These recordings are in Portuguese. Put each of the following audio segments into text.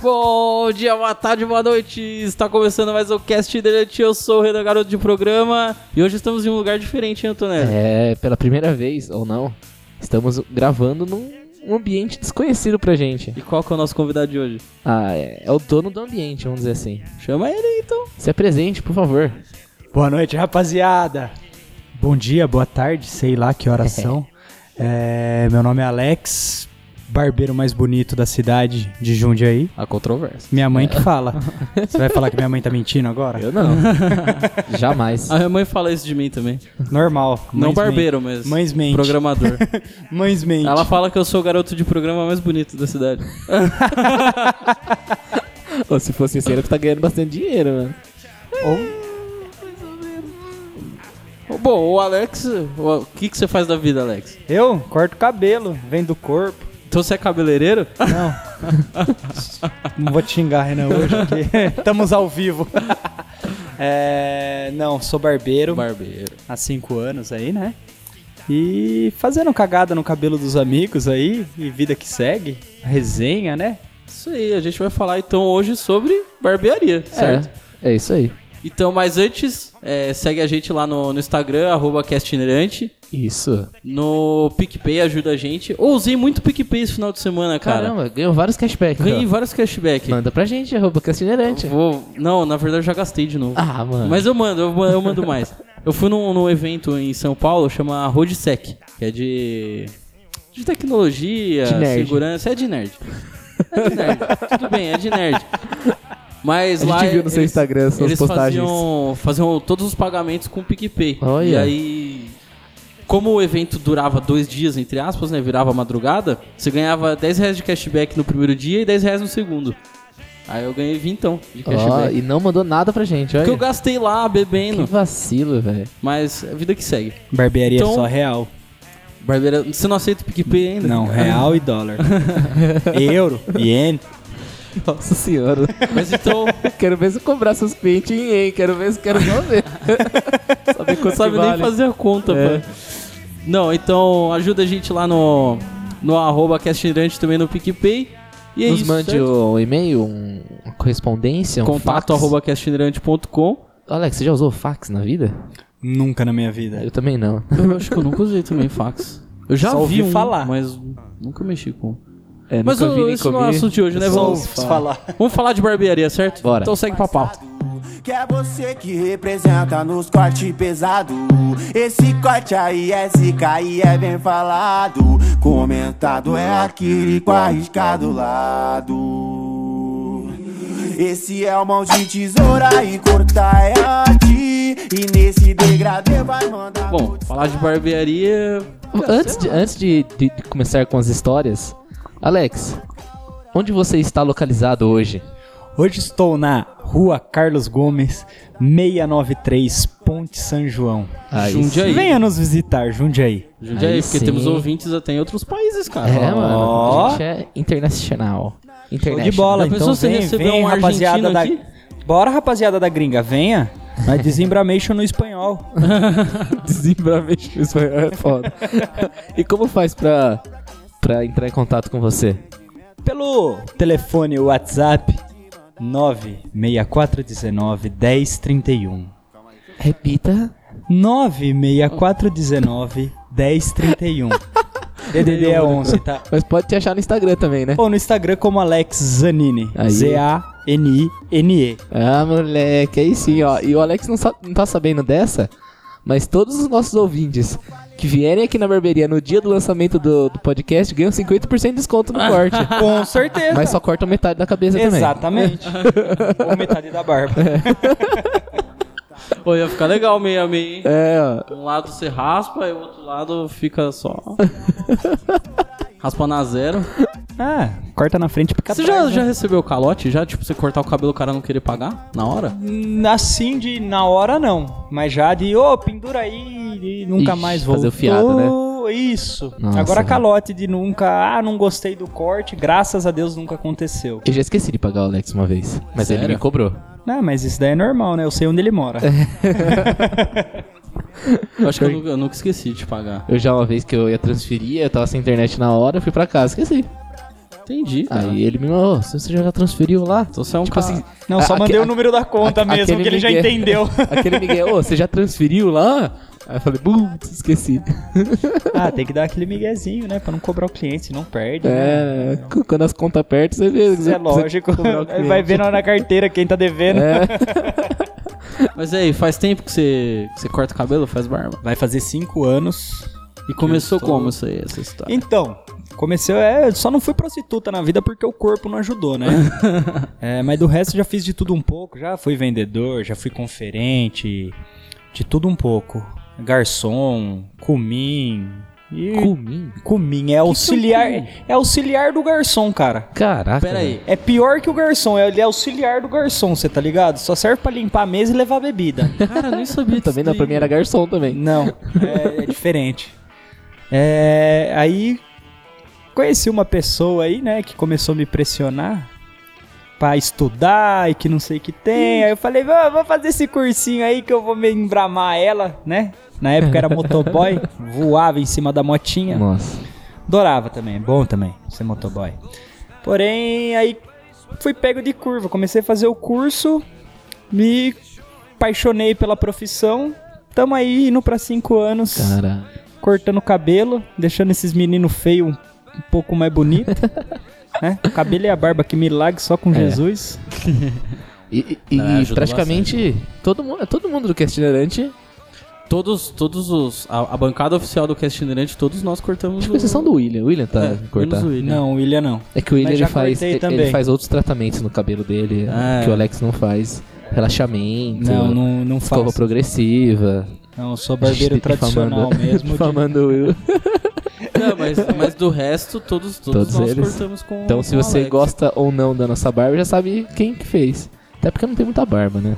Bom dia, boa tarde, boa noite. Está começando mais um Cast Delete. Eu sou o Renan Garoto de Programa e hoje estamos em um lugar diferente, hein, Antonelli. É, pela primeira vez, ou não, estamos gravando num um ambiente desconhecido pra gente. E qual que é o nosso convidado de hoje? Ah, é, é o dono do ambiente, vamos dizer assim. Chama ele aí, então. Se apresente, por favor. Boa noite, rapaziada. Bom dia, boa tarde, sei lá que horas são. É, meu nome é Alex, barbeiro mais bonito da cidade de Jundiaí. A controvérsia. Minha mãe que fala. Você vai falar que minha mãe tá mentindo agora? Eu não. Jamais. A minha mãe fala isso de mim também. Normal. Não Mães barbeiro, mas Mente. Mães mente. programador. Mães mente. Ela fala que eu sou o garoto de programa mais bonito da cidade. Ou se fosse sincero, que tá ganhando bastante dinheiro, né? mano. Ou- Bom, o Alex, o que, que você faz da vida, Alex? Eu corto cabelo, vem do corpo. Então você é cabeleireiro? Não. não vou te xingar, Renan, hoje, porque estamos ao vivo. É, não, sou barbeiro Barbeiro. há cinco anos aí, né? E fazendo cagada no cabelo dos amigos aí, e vida que segue, resenha, né? Isso aí, a gente vai falar então hoje sobre barbearia, certo? É, é isso aí. Então, mas antes, é, segue a gente lá no, no Instagram, arroba castinerante. Isso. No PicPay ajuda a gente. Eu usei muito PicPay esse final de semana, cara. Caramba, ganhou vários cashbacks. Ganhei vários cashback. Manda pra gente, arroba Castinerante. Vou... Não, na verdade eu já gastei de novo. Ah, mano. Mas eu mando, eu, eu mando mais. Eu fui num, num evento em São Paulo, chama Roadsec, que é de. de tecnologia, De nerd. segurança. É de nerd. É de nerd. Tudo bem, é de nerd. Mas A gente lá. viu no seu Instagram suas eles postagens. Faziam, faziam todos os pagamentos com o PicPay. E Olha. aí. Como o evento durava dois dias, entre aspas, né? Virava madrugada, você ganhava 10 reais de cashback no primeiro dia e 10 reais no segundo. Aí eu ganhei 20 de Ó, cashback. e não mandou nada pra gente, olha. Porque eu gastei lá Que bebendo. vacilo, velho. Mas é a vida que segue. Barbearia Então- só real. Barbeira, você não aceita o PicPay ainda? Não, real e dólar. Euro, iene. Nossa senhora. Mas então, quero ver se cobrar seus clientes em yen. Quero ver se quero não ver. Saber não quanto sabe que vale. nem fazer a conta, É. pô. Não, então ajuda a gente lá no, no arroba castirante também no PicPay. E é Nos isso, mande certo? um e-mail, um- uma correspondência, um contato fax. arroba castirante.com. Alex, você já usou fax na vida? Nunca na minha vida. Eu também não. Eu acho que eu nunca usei também fax. Eu já Só vi ouvi um, falar. mas nunca mexi com. É, Mas nunca vi, eu, nem esse não é o comi. assunto de hoje, né? Só Vamos, ouço falar. vamos falar de barbearia, certo? Bora. Então segue pra pauta. Que é você que representa nos cortes pesado. Esse corte aí é zica e é bem falado. Comentado é aquele com arriscado lado. Esse é o mão de tesoura e cortar é arte. E nesse degradê vai mandar. Bom, falar de barbearia. Antes, de, antes de, de- de começar com as histórias, Alex, onde você está localizado hoje? Hoje estou na Rua Carlos Gomes, 693, Ponte São João. Aí Jundiaí. sim. Venha nos visitar, Jundiaí. Jundiaí, Aí é, porque sim. temos ouvintes até em outros países, cara. É, mano. A Ó. gente é internacional. Show International. de bola, Já então pensou se vem, receber vem, um rapaziada da... argentino Bora, rapaziada da gringa, venha. Nós desembramation no espanhol. Desembravamente, isso é foda. e como faz pra, pra entrar em contato com você? Pelo telefone WhatsApp 96419 1031. Repita. 96419 1031. DDD um. é 11, tá? Mas pode te achar no Instagram também, né? Ou no Instagram como Alex Zanini. Aí. Z-A-N-I-N-E. Ah, moleque, aí sim, ó. E o Alex não, sa- não tá sabendo dessa, mas todos os nossos ouvintes que vierem aqui na barbearia no dia do lançamento do, do podcast ganham 50% de desconto no corte. Com certeza. mas só cortam metade da cabeça também. Exatamente. Ou metade da barba. É. Pô, ia ficar legal meio a meio, hein? É, ó. Um lado você raspa e o outro lado fica só. raspa na zero. Ah, corta na frente e pica Você atrás, já, né? já recebeu calote? Já, tipo, você cortar o cabelo e o cara não querer pagar? Na hora? Hum, Assim de na hora não, mas já de ô, pendura aí e nunca Ixi, mais voltou. fazer o fiado, né? Isso. Nossa, né? Agora velho. calote de nunca, ah, não gostei do corte, graças a Deus nunca aconteceu. Eu já esqueci de pagar o Alex uma vez, mas ele Sério? me cobrou. Não, mas isso daí é normal, né? Eu sei onde ele mora. É. Eu acho que eu nunca, eu nunca esqueci de pagar. Eu já uma vez que eu ia transferir, eu tava sem internet na hora, eu fui pra casa, esqueci. Entendi, cara. Aí ele me mandou, "Ô, se você já transferiu lá. Então você é um Tipo cara... assim, Não, Tá. a- só aque- mandei a- o número da conta a- mesmo, aquele que ele já Miguel- entendeu. aquele Miguel, ô, você já transferiu lá? Aí eu falei, putz, esqueci. ah, tem que dar aquele miguezinho, né? Pra não cobrar o cliente, senão perde. É, né? cu- quando as contas apertam, você vê. Isso é lógico. cobrar o cliente. É. Vai vendo na carteira quem tá devendo. Mas aí, faz tempo que você, que você corta o cabelo, faz barba? Vai fazer cinco anos. E começou Eu tô- como isso aí, essa história? Então, comecei. É, só não fui prostituta na vida porque o corpo não ajudou, né? É, mas do resto já fiz de tudo um pouco. Já fui vendedor, já fui conferente, de tudo um pouco. Garçom, cumim. E. Comim? Cumim é auxiliar. É auxiliar do garçom, cara. Caraca. Pera aí. É pior que o garçom, ele é auxiliar do garçom, você tá ligado? Só serve pra limpar a mesa e levar a bebida. Cara, eu nem sabia velho. Também dá não, pra mim era garçom também. Não, é, é diferente. É, aí conheci uma pessoa aí, né, que começou a me pressionar pra estudar e que não sei o que tem. Aí eu falei, "Vou- vou fazer esse cursinho aí que eu vou me embramar ela, né? Na época era motoboy, voava em cima da motinha. Nossa. Adorava também, é bom também ser motoboy. Porém, aí fui pego de curva, comecei a fazer o curso, me apaixonei pela profissão. Tamo aí indo pra cinco anos, Cara. cortando cabelo, deixando esses meninos feios um, um pouco mais bonito. né? O cabelo e a barba, que milagre só com É. Jesus. E, e- e Ah, ajuda praticamente todo mundo, todo mundo do Cast Inerante, Todos, todos os... A, a bancada oficial do Cast Inerante, todos nós cortamos com exceção do William. O William tá É, é, cortar. menos o William. Não, o William não. É que o William Mas já ele faz, cortei ele também. faz outros tratamentos no cabelo dele, Ah, que é. o Alex não faz. Relaxamento, Não, não, não escova faço. progressiva. Não, eu sou barbeiro Difamando- tradicional mesmo. de- difamando o Will. Não, mas, mas do resto, todos, todos, Todos nós eles. cortamos com Então, se com o você Alex. gosta ou não da nossa barba, já sabe quem que fez. Até porque não tem muita barba, né?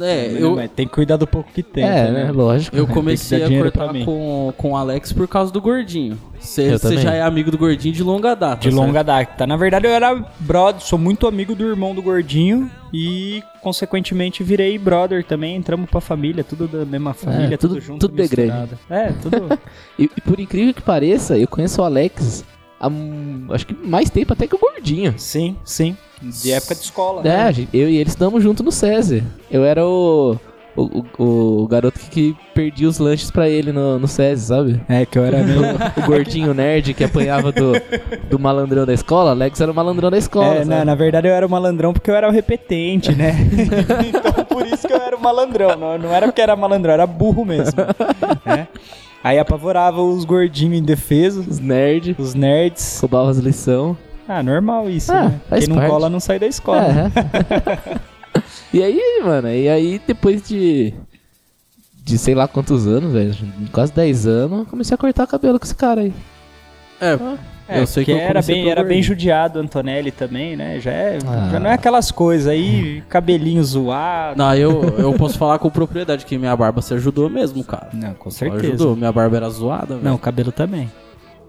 É, Mas eu, Tem que cuidar do pouco que tem. é, tá né? ligado? Lógico. eu né? comecei dar a dinheiro pra cortar mim. com, com o Alex por causa do gordinho. Você você Eu também. já é amigo do gordinho de longa data. Tá De certo? longa data. Na verdade, eu era brother, sou muito amigo do irmão do Gordinho e, consequentemente, virei brother também. Entramos pra família, tudo da mesma família, tudo, É, tudo- junto. tudo de misturado. É, tudo. E, e por incrível que pareça, eu conheço o Alex há hum, acho que mais tempo até que o Gordinho. sim, sim. De época de escola. É, né? a gente- eu e ele estamos junto no SESI. Eu era o, o, o- o garoto que, que perdia os lanches pra ele no, no SESI, sabe? É, que eu era meio. O, o gordinho nerd que apanhava do, do malandrão da escola. Alex era o malandrão da escola. É, sabe? na, na verdade eu era o malandrão porque eu era o repetente, né? então por isso que eu era o malandrão. Não, não era porque era malandrão, era burro mesmo. né? Aí apavorava os gordinhos indefesos, Os nerd, os nerds. roubava as lições. Ah, normal isso, Ah, né? faz Quem não parte. cola não sai da escola. né? É. e aí, mano, e aí depois de. De sei lá quantos anos, velho. Quase 10 anos, eu comecei a cortar cabelo com esse cara aí. É, É, eu sei que, porque eu era comecei bem, pelo era bem gordinho. judiado Antonelli também, né? Já, é, Ah. já não é aquelas coisas aí, cabelinho zoado. Não, eu, eu posso falar com propriedade que minha barba se ajudou mesmo, cara. Não, com Ela Ajudou, né? minha barba era zoada, velho. Não, cabelo também.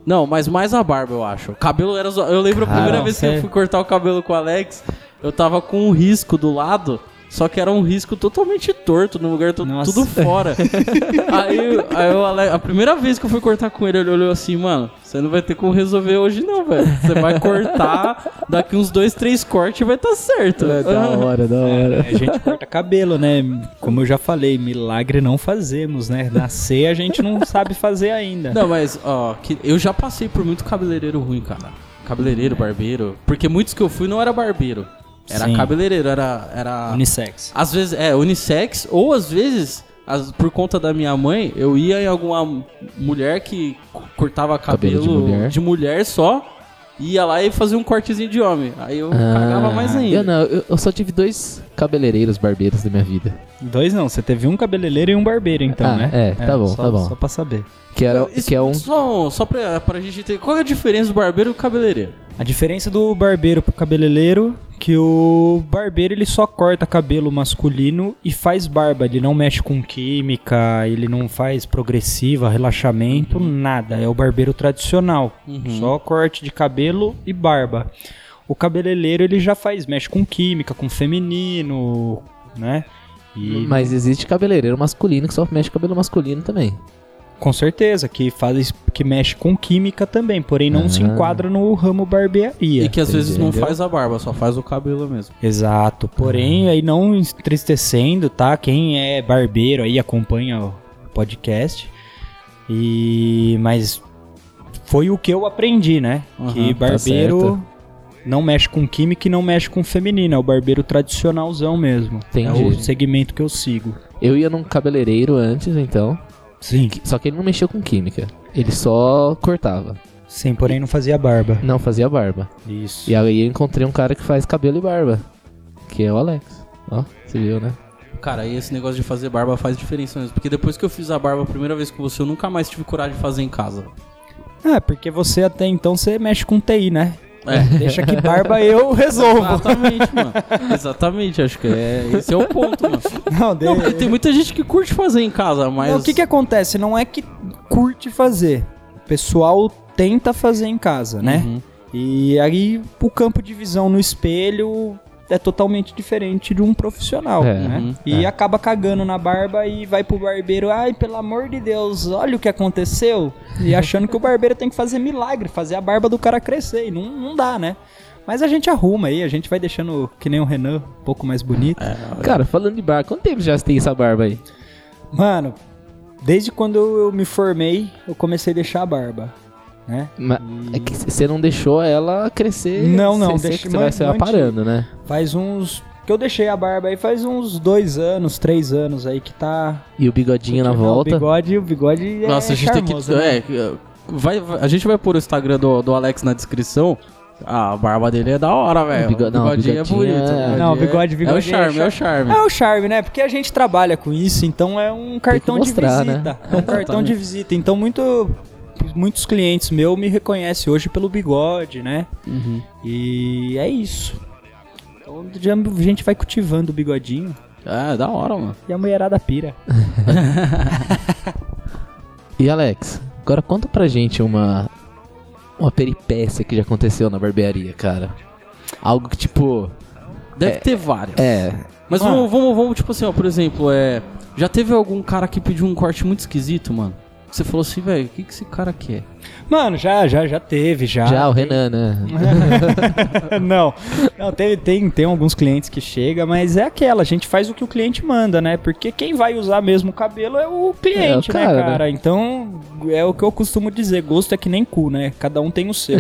Não, mas mais a barba, eu acho. O cabelo era zoado. Eu lembro a Cara, primeira não, vez que sério. eu fui cortar o cabelo com o Alex, eu tava com um risco do lado, só que era um risco totalmente torto, num lugar to- Nossa. tudo fora. aí aí o Ale- a primeira vez que eu fui cortar com ele, ele olhou assim, mano, você não vai ter como resolver hoje não, velho. Você vai cortar, daqui uns dois, três cortes e vai tá certo. É, hora, da É. hora. A gente corta cabelo, né? Como eu já falei, milagre não fazemos, né? Nascer a gente não sabe fazer ainda. Não, mas, ó, que eu já passei por muito cabeleireiro ruim, cara. É. Cabeleireiro, barbeiro. Porque muitos que eu fui não era barbeiro. Era Sim. cabeleireiro, era. era... Unissex. Às vezes, é, unissex, ou às vezes, as- por conta da minha mãe, eu ia em alguma mulher que co- cortava Cabelo cabelo, de mulher. de mulher só, ia lá e fazia um cortezinho de homem. Aí eu cagava mais ainda. Ah, Eu não, eu, eu só tive dois cabeleireiros barbeiros da minha vida. Dois não, você teve um cabeleireiro e um barbeiro, então, Ah, né? é, tá bom, só, tá bom. Só pra saber. Que, era, Isso- que é um. Só, só pra, pra gente entender, qual é a diferença do barbeiro e do cabeleireiro? A diferença do barbeiro pro cabeleireiro é que o barbeiro ele só corta cabelo masculino e faz barba, ele não mexe com química, ele não faz progressiva, relaxamento, Uhum. nada. É o barbeiro tradicional, só corte de cabelo e barba. O cabeleireiro ele já faz, mexe com química, com feminino, né? E Uhum. Mas existe cabeleireiro masculino que só mexe com cabelo masculino também. Com certeza, que faz que mexe com química também, porém não se enquadra no ramo barbearia. Ah. E que às vezes não entendeu? faz a barba, só faz o cabelo mesmo. Exato. Porém, aí não entristecendo, tá? Quem é barbeiro aí acompanha o podcast. E mas foi o que eu aprendi, né? Aham, que tá barbeiro não mexe com química e não mexe com feminino, é o barbeiro tradicionalzão mesmo. É o Entendi. segmento que eu sigo. Eu ia num cabeleireiro antes, então. Sim. Só que ele não mexeu com química. Ele só cortava. Sim, porém não fazia barba. Não fazia barba. Isso. E aí eu encontrei um cara que faz cabelo e barba. Que é o Alex. Ó, você viu, né? Cara, e esse negócio de fazer barba faz diferença mesmo. Porque depois que eu fiz a barba a primeira vez com você, eu nunca mais tive coragem de fazer em casa. É, porque você até então você mexe com TI, né? É. Deixa que barba eu resolvo. Exatamente, mano. Exatamente, acho que é. Esse é o ponto, mano. Não, de... Não, porque tem muita gente que curte fazer em casa, mas. É. Não, o que que acontece? Não é que curte fazer. O pessoal tenta fazer em casa, né? Uhum. E aí o campo de visão no espelho é totalmente diferente de um profissional, É. né? Uhum. E acaba cagando na barba e vai pro barbeiro, ai, pelo amor de Deus, olha o que aconteceu. E achando que o barbeiro tem que fazer milagre, fazer a barba do cara crescer. E não, não dá, né? Mas a gente arruma aí, a gente vai deixando que nem o Renan, um pouco mais bonito. Cara, falando de barba, quanto tempo já você tem essa barba aí? Mano, desde quando eu me formei, eu comecei a deixar a barba, né? Ma- é que c- você não deixou ela crescer. Não, não, Você, deixa- você vai se man- mantive. aparando, né? Faz uns... que eu deixei a barba aí faz uns dois anos, três anos aí que tá... E o bigodinho na Não, volta. O bigode, o bigode é Nossa, a gente charmoso, tem que. né? é, vai, vai- a gente vai pôr o Instagram do, do Alex na descrição. A barba dele é da hora, velho. bigo- não, o bigodinho é bigodinho bonito. é- Não, o bigode- é- bigode É é o charme, é o charme. É o charme, né? Porque a gente trabalha com isso, então é um cartão mostrar, de né? visita. É um cartão de visita. Então muito, muitos clientes meus me reconhecem hoje pelo bigode, né? Uhum. E é isso. Então já- a gente vai cultivando o bigodinho É, da hora, mano. e a mulherada pira. E Alex, agora conta pra gente uma uma peripécia que já aconteceu na barbearia, cara. Algo que tipo, Deve ter várias. é, Mas Ah. vamos, vamos, vamos, tipo assim, ó, por exemplo, é. Já teve algum cara que pediu um corte muito esquisito, mano? Que Você falou assim, velho, o que, que esse cara quer? Mano, já, já, já teve, já. já o Renan, Uhum. né? não, não tem, tem, tem alguns clientes que chega, mas é aquela, a gente faz o que o cliente manda, né? Porque quem vai usar mesmo o cabelo é o É, cliente, o cara, né, né? cara? Então, é o que eu costumo dizer, gosto é que nem cu, né? Cada um tem o seu.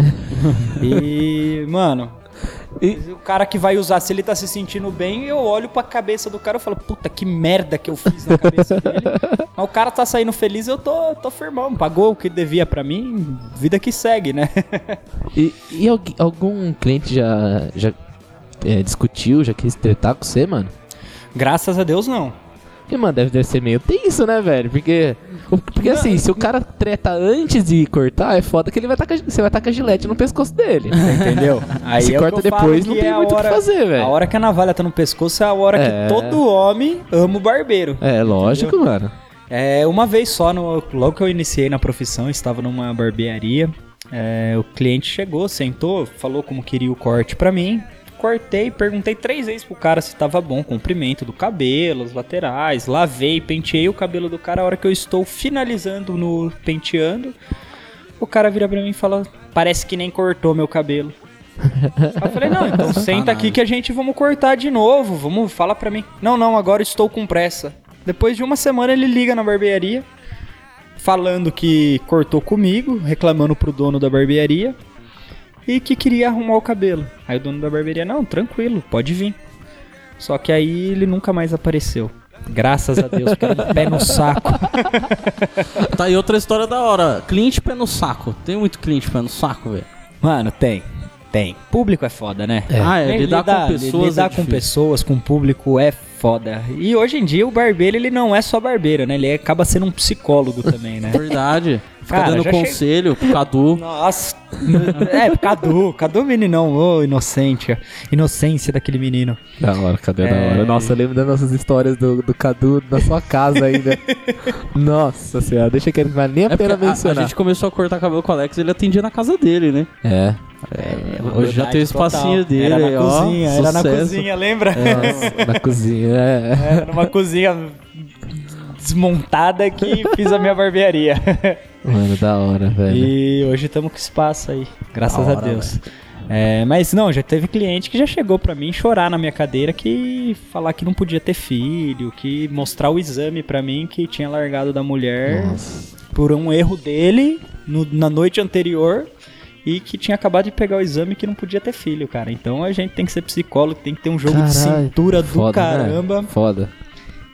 e, mano... O cara que vai usar, se ele tá se sentindo bem, eu olho pra cabeça do cara e falo, puta, que merda que eu fiz na cabeça dele. Mas o cara tá saindo feliz, eu tô, tô firmão, pagou o que devia pra mim, vida que segue, né? E, e algu- algum cliente já já é, discutiu, já quis tretar com você, mano? Graças a Deus, não. Porque, mano, deve, deve ser meio tenso, né, velho? Porque, o- porque é assim, se o cara treta antes de cortar, é foda que ele vai tá com a- você vai estar com a gilete no pescoço dele. Entendeu? Aí Se é o corta que eu falo depois, que não tem é a muito o que hora- fazer, A velho. hora que a navalha tá no pescoço é a hora É. que todo homem ama o barbeiro. É, lógico, mano. É, uma vez só, no- logo que eu iniciei na profissão, eu estava numa barbearia. é, o cliente chegou, sentou, falou como queria o corte pra mim. Cortei, perguntei três vezes pro cara se tava bom o comprimento do cabelo, os laterais, lavei, penteei o cabelo do cara. A hora que eu estou finalizando no penteando, o cara vira pra mim e fala: Parece que nem cortou meu cabelo. Aí eu falei, não, então senta aqui que a gente vamos cortar de novo. Vamos, fala pra mim. Não, não, agora estou com pressa. Depois de uma semana ele liga na barbearia, falando que cortou comigo, reclamando pro dono da barbearia e que queria arrumar o cabelo. Aí o dono da barbearia, não, tranquilo, pode vir. Só que aí ele nunca mais apareceu. Graças a Deus, porque era um pé no saco. Tá aí outra história da hora. Cliente pé no saco. Tem muito cliente pé no saco, velho. Mano, tem. Tem. Público é foda, né? Ah, é, Ele lidar, com pessoas. lidar é com difícil. pessoas, com público é foda. E hoje em dia o barbeiro, ele não é só barbeiro, né? Ele acaba sendo um psicólogo também, né? É Verdade. Fica Cara, dando já chega- conselho pro Cadu. Nossa, é, Cadu, Cadu meninão, ô inocente, inocência daquele menino. Da hora, cadê É. da hora? Nossa, eu lembro das nossas histórias do, do Cadu na sua casa ainda. Nossa senhora, deixa que ele não vale nem a É porque pena a, a mencionar. gente começou a cortar cabelo com o Alex ele atendia na casa dele, né? É. Hoje já tem o espacinho dele. Era na ó, cozinha, era na sucesso. É. cozinha, lembra? Nossa, na cozinha, é. Era numa cozinha desmontada que fiz a minha barbearia. Mano, da hora, velho. E hoje estamos com espaço aí, graças É, né? Da a hora, Deus. É, mas não, já teve cliente que já chegou pra mim chorar na minha cadeira que falar que não podia ter filho, que mostrar o exame pra mim que tinha largado da mulher Nossa. por um erro dele no- na noite anterior e que tinha acabado de pegar o exame que não podia ter filho, cara. Então a gente tem que ser psicólogo, tem que ter um jogo de Caralho, cintura do foda, né? caramba. Foda.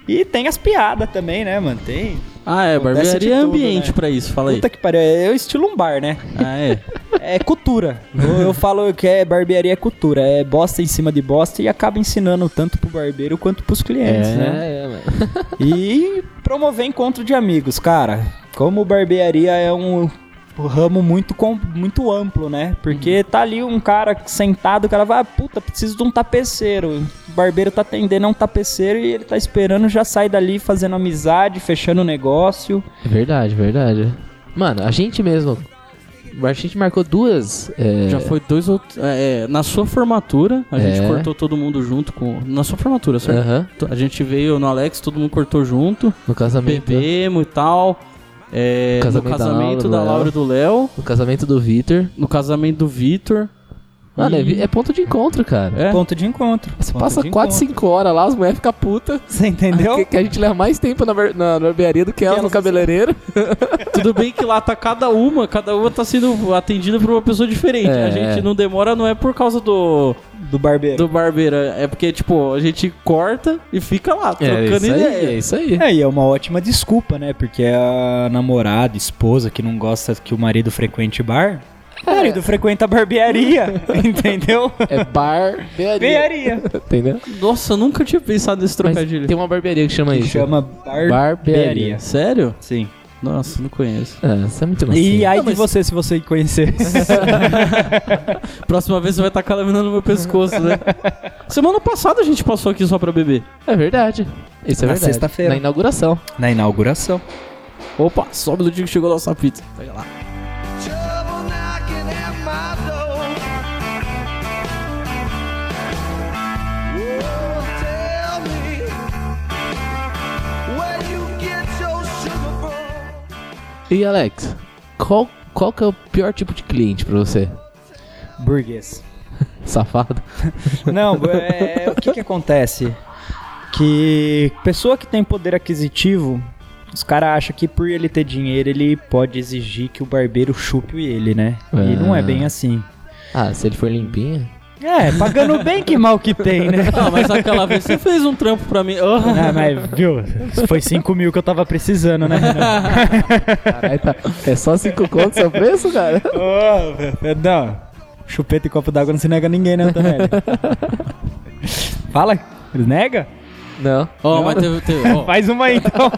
E tem as piadas também, né, mano? Tem. Ah, é, barbearia Acontece é de tudo, ambiente né? pra isso, fala aí. Puta que pariu, é o estilo um bar, né? Ah, é. É cultura. Eu, eu falo que é barbearia é cultura. É bosta em cima de bosta e acaba ensinando tanto pro barbeiro quanto pros clientes, né? é, mano. E promover encontro de amigos, cara. Como barbearia é um ramo muito, com- muito amplo, né? Uhum. Porque tá ali um cara sentado, o cara vai, ah, puta, preciso de um tapeceiro. O barbeiro tá atendendo a um tapeceiro e ele tá esperando, já sai dali fazendo amizade, fechando o negócio. Verdade, verdade. Mano, a gente mesmo. A gente marcou duas. é, Já foi dois outros. É, é, na sua formatura, a gente É. cortou todo mundo junto com. Na sua formatura, certo? Aham, A gente veio no Alex, todo mundo cortou junto. no casamento. Bebemos e tal. É, Casamento no da casamento da Laura, do Laura e do Léo. No casamento do Vitor. No casamento do Vitor. Mano, é, E- vi- é ponto de encontro, cara. É. Ponto de encontro. Você Ponto passa de 4, encontro. 5 horas lá, as mulheres ficam putas. Você entendeu? Que, que a gente leva mais tempo na, bar- na barbearia do que elas no elas- cabeleireiro. Tudo bem que lá tá cada uma, cada uma tá sendo atendida por uma pessoa diferente. É. A gente não demora, não é por causa do, Do barbeiro. do barbeiro. É porque, tipo, a gente corta e fica lá, trocando É, isso ideia. aí, é isso aí. É, e é uma ótima desculpa, né? Porque a namorada, esposa que não gosta que o marido frequente bar, o marido frequenta barbearia, entendeu? É barbearia. Barbearia. Entendeu? Nossa, eu nunca tinha pensado nesse Mas trocadilho. tem um uma barbearia que chama Que isso. chama bar Barbearia. barbearia. Sério? Sim. Nossa, não conheço. Ah, você é muito E macio. aí Não, de mas- você, se você conhecer. Próxima vez você vai tacar a lâmina no meu pescoço, né? Semana passada a gente passou aqui só pra beber. É verdade. Isso é Na verdade. sexta-feira. Na inauguração. Na inauguração. Opa, sobe do dia que chegou a nossa pizza. Pega lá. trouble knocking at my door. Oh, tell me where you get your sugar from. E Alex, qual, qual que é o pior tipo de cliente pra você? Burguês. Safado. Não, é, o que que acontece? Que pessoa que tem poder aquisitivo, os caras acham que por ele ter dinheiro, ele pode exigir que o barbeiro chupe ele, né? E não é Ah. bem assim. Ah, se ele for limpinho. É, pagando bem que mal que tem, né? Ah, mas aquela vez você fez um trampo pra mim. Ah. Ah, mas viu, foi 5 mil que eu tava precisando, né? Renan? Caralho, tá. É só cinco contos seu preço, cara? Ô, velho, não, chupeta e copo d'água não se nega a ninguém, né, Antonelli? Fala, eles nega? Não. Ó, mas teve, teve, ó, Faz uma aí, então.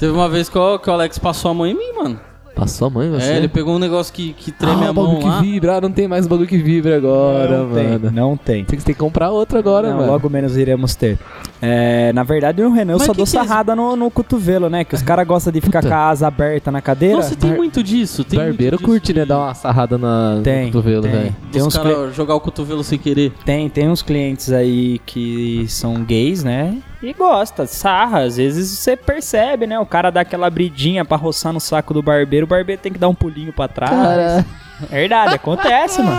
teve uma vez que, o- que o Alex passou a mão em mim, mano. Passou a mãe, você? É, ele pegou um negócio que, que treme ah, a o bagulho mão que lá. vibra. Ah, não tem mais o bagulho que vibra agora, não mano. tem, não tem. Tem que, tem que comprar outro agora, Não, mano. logo menos iremos ter. É, na verdade, o Renan eu Mas só que dou que é isso? sarrada no, no cotovelo, né? Que os caras gostam de ficar Puta. com a asa aberta na cadeira. Nossa, tem muito disso. Tem Barbeiro muito disso curte, né? Dar uma sarrada na, Tem, no cotovelo, tem. velho. de- Tem dos uns caras jogar o cotovelo sem querer. Tem, tem uns clientes aí que são gays, né? E gosta, sarra. Às vezes você percebe, né? O cara dá aquela abridinha pra roçar no saco do barbeiro, o barbeiro tem que dar um pulinho pra trás. Cara, É verdade, acontece, mano.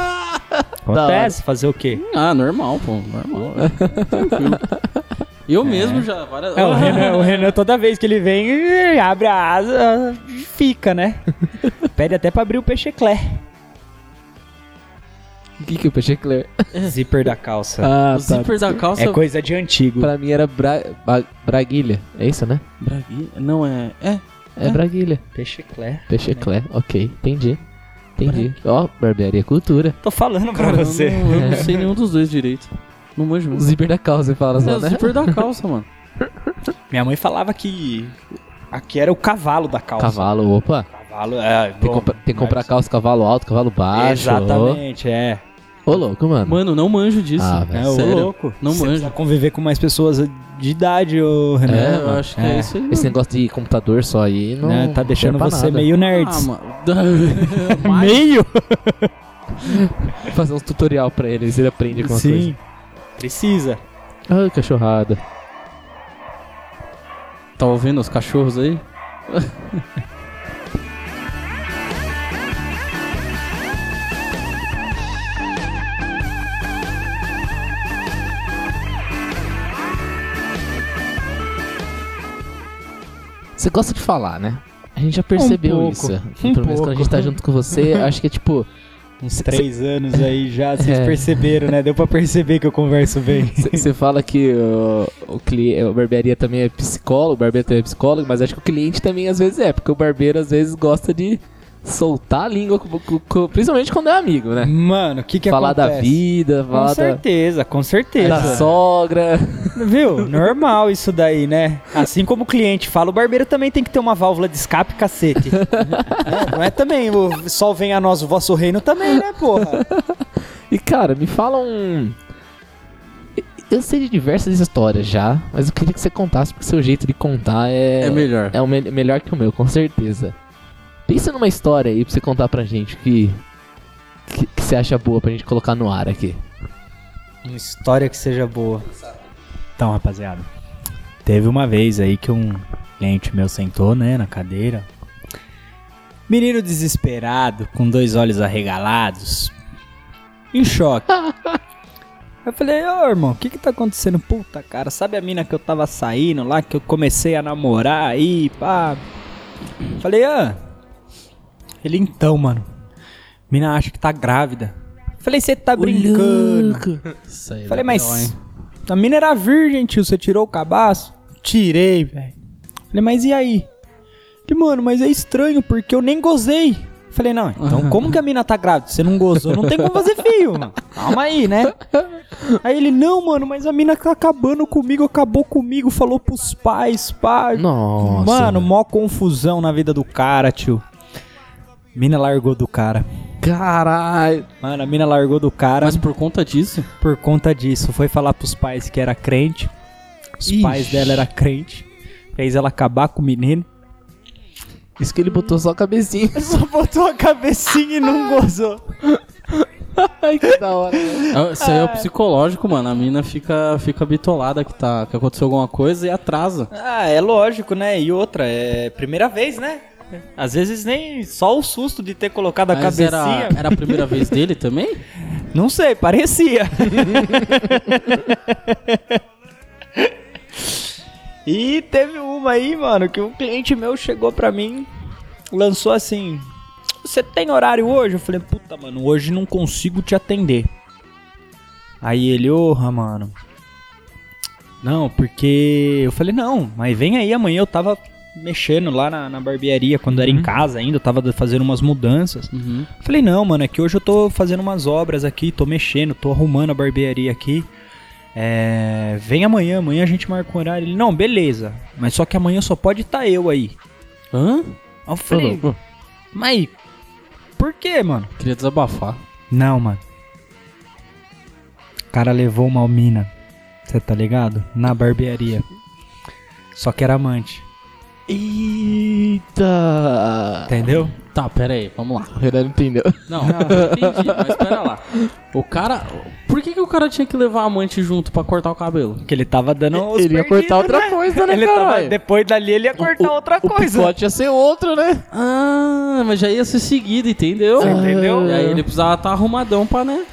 Acontece, fazer o quê? Ah, normal, pô. Normal. é. Tranquilo. Eu mesmo já. Várias... Ah, É, o, Renan, o Renan, toda vez que ele vem, ele abre a asa e fica, né? Pede até pra abrir o peixeclé. o que que o Peixe Claire? Zíper da calça. Ah, O tá. zíper da calça. É coisa de antigo. Pra mim era bra... Ba- Braguilha. É isso, né? Bragui- Não é. É. É, Braguilha. Peixeclé. Peixe Claire. Ok, entendi. Entendi. Ó, barbearia é cultura. Tô falando pra Cara, eu você. não- Eu, não, sei nenhum dos dois direito. Não manjo O muito. zíper da calça, você fala É só, o né? zíper da calça, mano. Minha mãe falava que aqui era o cavalo da calça. Cavalo, opa. Cavalo, é. Tem, que compra- Ah, tem que comprar calça cavalo alto, cavalo baixo. Exatamente, é. Ô, ô, louco, mano. Mano, não manjo disso. né? Ah, É velho. ô Sério? louco. Não Você manjo. precisa conviver com mais pessoas de idade, ô É, Renan. eu acho que é, É. isso aí. mano. Esse negócio de computador só aí É, não. Né, Tá deixando serve pra você nada. meio nerd. Ah, mano. Mas- É meio? Fazer uns tutorial pra ele, ver se ele aprende alguma Ah, Sim. Precisa. coisa. Ai, cachorrada. Tá ouvindo os cachorros aí? Você gosta de falar, né? A gente já percebeu pouco, isso. um Pelo menos quando a gente tá pouco. junto com você, acho que é tipo. Uns Cê- três anos aí já, vocês É. perceberam, né? Deu pra perceber que eu converso bem. Você fala que o, o, cli- o barbearia também é psicólogo, o barbeiro também é psicólogo, mas acho que o cliente também às vezes é, porque o barbeiro às vezes gosta de soltar a língua, com- com- com- principalmente quando é amigo, né? Mano, o que que falar acontece? da vida, Com falar da, Tá certeza, com da certeza. sogra. Viu? Normal isso daí, né? Assim como o cliente fala, o barbeiro também tem que ter uma válvula de escape, cacete. É, não é também o sol vem a nós o vosso reino também, né, porra? E cara, me fala um. Eu sei de diversas histórias já, mas eu queria que você contasse, porque seu jeito de contar é. É melhor. É o me- melhor que o meu, com certeza. Pensa numa história aí pra você contar pra gente que, que, que você acha boa pra gente colocar no ar aqui. Uma história que seja boa. Então, rapaziada, teve uma vez aí que um cliente meu sentou, né, na cadeira. Menino desesperado, com dois olhos arregalados, em choque. Eu falei, ô irmão, o que que tá acontecendo? Puta, cara, sabe a mina que eu tava saindo lá, que eu comecei a namorar aí, pá? Falei, ah. Ele, então, mano, mina acha que tá grávida. Falei, você tá brincando. Isso aí, dá Falei, mas dó, hein? a mina era virgem, tio. Você tirou o cabaço? Tirei, velho. Falei, mas e aí? Ele, mano, mas é estranho porque eu nem gozei. Falei, não, então como que a mina tá grávida? Você não gozou, não tem como fazer fio, mano. Calma aí, né? Aí ele, não, mano, mas a mina tá acabando comigo, acabou comigo, falou pros pais, pá. Nossa. Mano, mó confusão na vida do cara, tio. Mina largou do cara. Caralho. Mano, a mina largou do cara Mas por conta disso, por conta disso. Foi falar pros pais que era crente. Os Ixi. pais dela era crente. Fez ela acabar com o menino. Isso que ele botou só a cabecinha. Só botou a cabecinha e não gozou. Ai, que da hora. né? Ah, isso aí é o psicológico, mano. A mina fica, fica bitolada que, tá, que aconteceu alguma coisa e atrasa. Ah, é lógico, né? E outra, é primeira vez, né? Às vezes nem só o susto de ter colocado a Mas cabecinha. era, era a primeira vez dele também? Não sei, parecia. e teve uma aí, mano, que um cliente meu chegou pra mim, lançou assim: Você tem horário hoje? Eu falei: Puta, mano, hoje não consigo te atender. Aí ele, orra, mano. Não, porque. Eu falei: Não, mas vem aí amanhã. Eu tava mexendo lá na, na barbearia quando era em casa ainda, eu tava fazendo umas mudanças. Uhum. Falei, não, mano, é que hoje eu tô fazendo umas obras aqui, tô mexendo, tô arrumando a barbearia aqui. É, vem amanhã, amanhã a gente marca um horário. Ele, não, beleza, mas só que amanhã só pode estar eu aí. Hã? Aí eu falei, Pô, mas por que, mano? Queria desabafar. Não, mano. O cara levou uma mina, você tá ligado? Na barbearia. Só que era amante, Eita. entendeu? Tá, pera aí, vamos lá. O Renan não entendeu. Não, eu entendi, mas pera lá. O cara. Por que, que o cara tinha que levar a amante junto pra cortar o cabelo? Porque ele tava dando os ele ia cortar perdidos, outra né? coisa, né, Ele tava, caralho? depois dali ele ia cortar outra O coisa. picote ia ser outro, né? Ah, mas já ia ser seguido, entendeu? Você entendeu? E aí ele precisava estar arrumadão pra, né?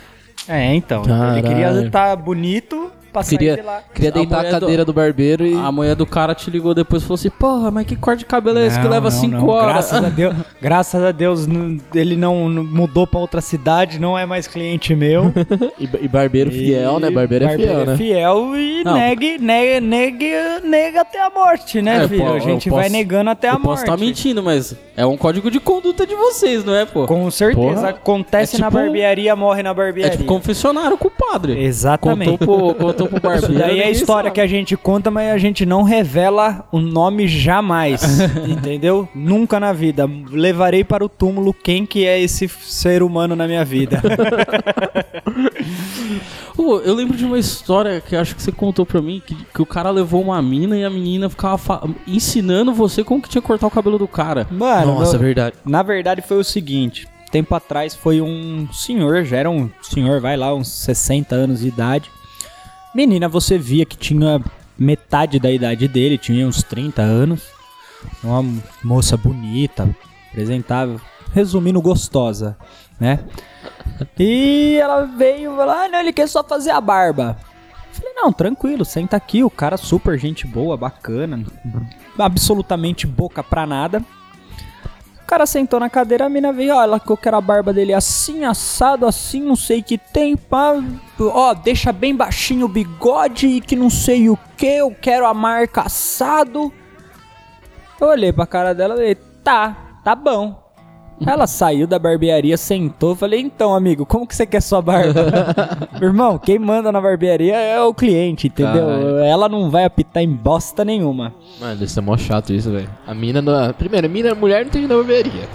É, então. Caralho. Ele queria estar bonito, passar Queria, de lá. queria A deitar a mulher cadeira do, barbeiro e... A mulher do cara te ligou depois e falou assim: Porra, mas que corte de cabelo é esse que Não, leva não, 5 não. horas? Graças a Deus, graças a Deus n- ele não, não mudou pra outra cidade, não é mais cliente meu. E, e barbeiro fiel, E né? Barbeiro, é fiel, barbeiro né? fiel e Não. negue, negue, negue, nega até a morte, né, É, filho? pô, a gente eu vai posso- negando até a Eu posso morte. estar mentindo, mas é um código de conduta de vocês, não é, pô? Com certeza. Porra. Acontece É na tipo- barbearia, morre na É barbearia. tipo confessionário com o padre. Contou Exatamente. pro, contou pro barbeiro. Isso daí é a ninguém história sabe. que a gente conta, mas a gente não revela o nome jamais, entendeu? Nunca na vida. Levarei para o túmulo quem que é esse ser humano na minha vida. Pô, eu lembro de uma história que acho que você contou pra mim, que, que o cara levou uma mina e a menina ficava fa- ensinando você como que tinha que cortar o cabelo do cara. é Mano, Nossa, no- verdade. na verdade foi o seguinte. Tempo atrás foi um senhor, já era um senhor, vai lá, uns 60 anos de idade. Menina, você via que tinha metade da idade dele, tinha uns 30 anos. Uma moça bonita, apresentável, resumindo, gostosa, né? E ela veio e falou: Ah, não, ele quer só fazer a barba. Falei, não, tranquilo, senta aqui, o cara super gente boa, bacana, absolutamente boca pra nada. O cara sentou na cadeira, a mina veio, ó, ela que eu quero a barba dele assim, assado, assim, não sei que tem, pá, ó, deixa bem baixinho o bigode e que não sei o que, eu quero a marca assado. Eu olhei pra cara dela e falei, tá, tá bom. Ela saiu da barbearia, sentou, falei, então, amigo, como que você quer sua barba? Irmão, quem manda na barbearia é o cliente, entendeu? Caralho. Ela não vai apitar em bosta nenhuma. Mano, isso é mó chato isso, velho. A mina na. Primeiro, a mina a mulher não tem na barbearia.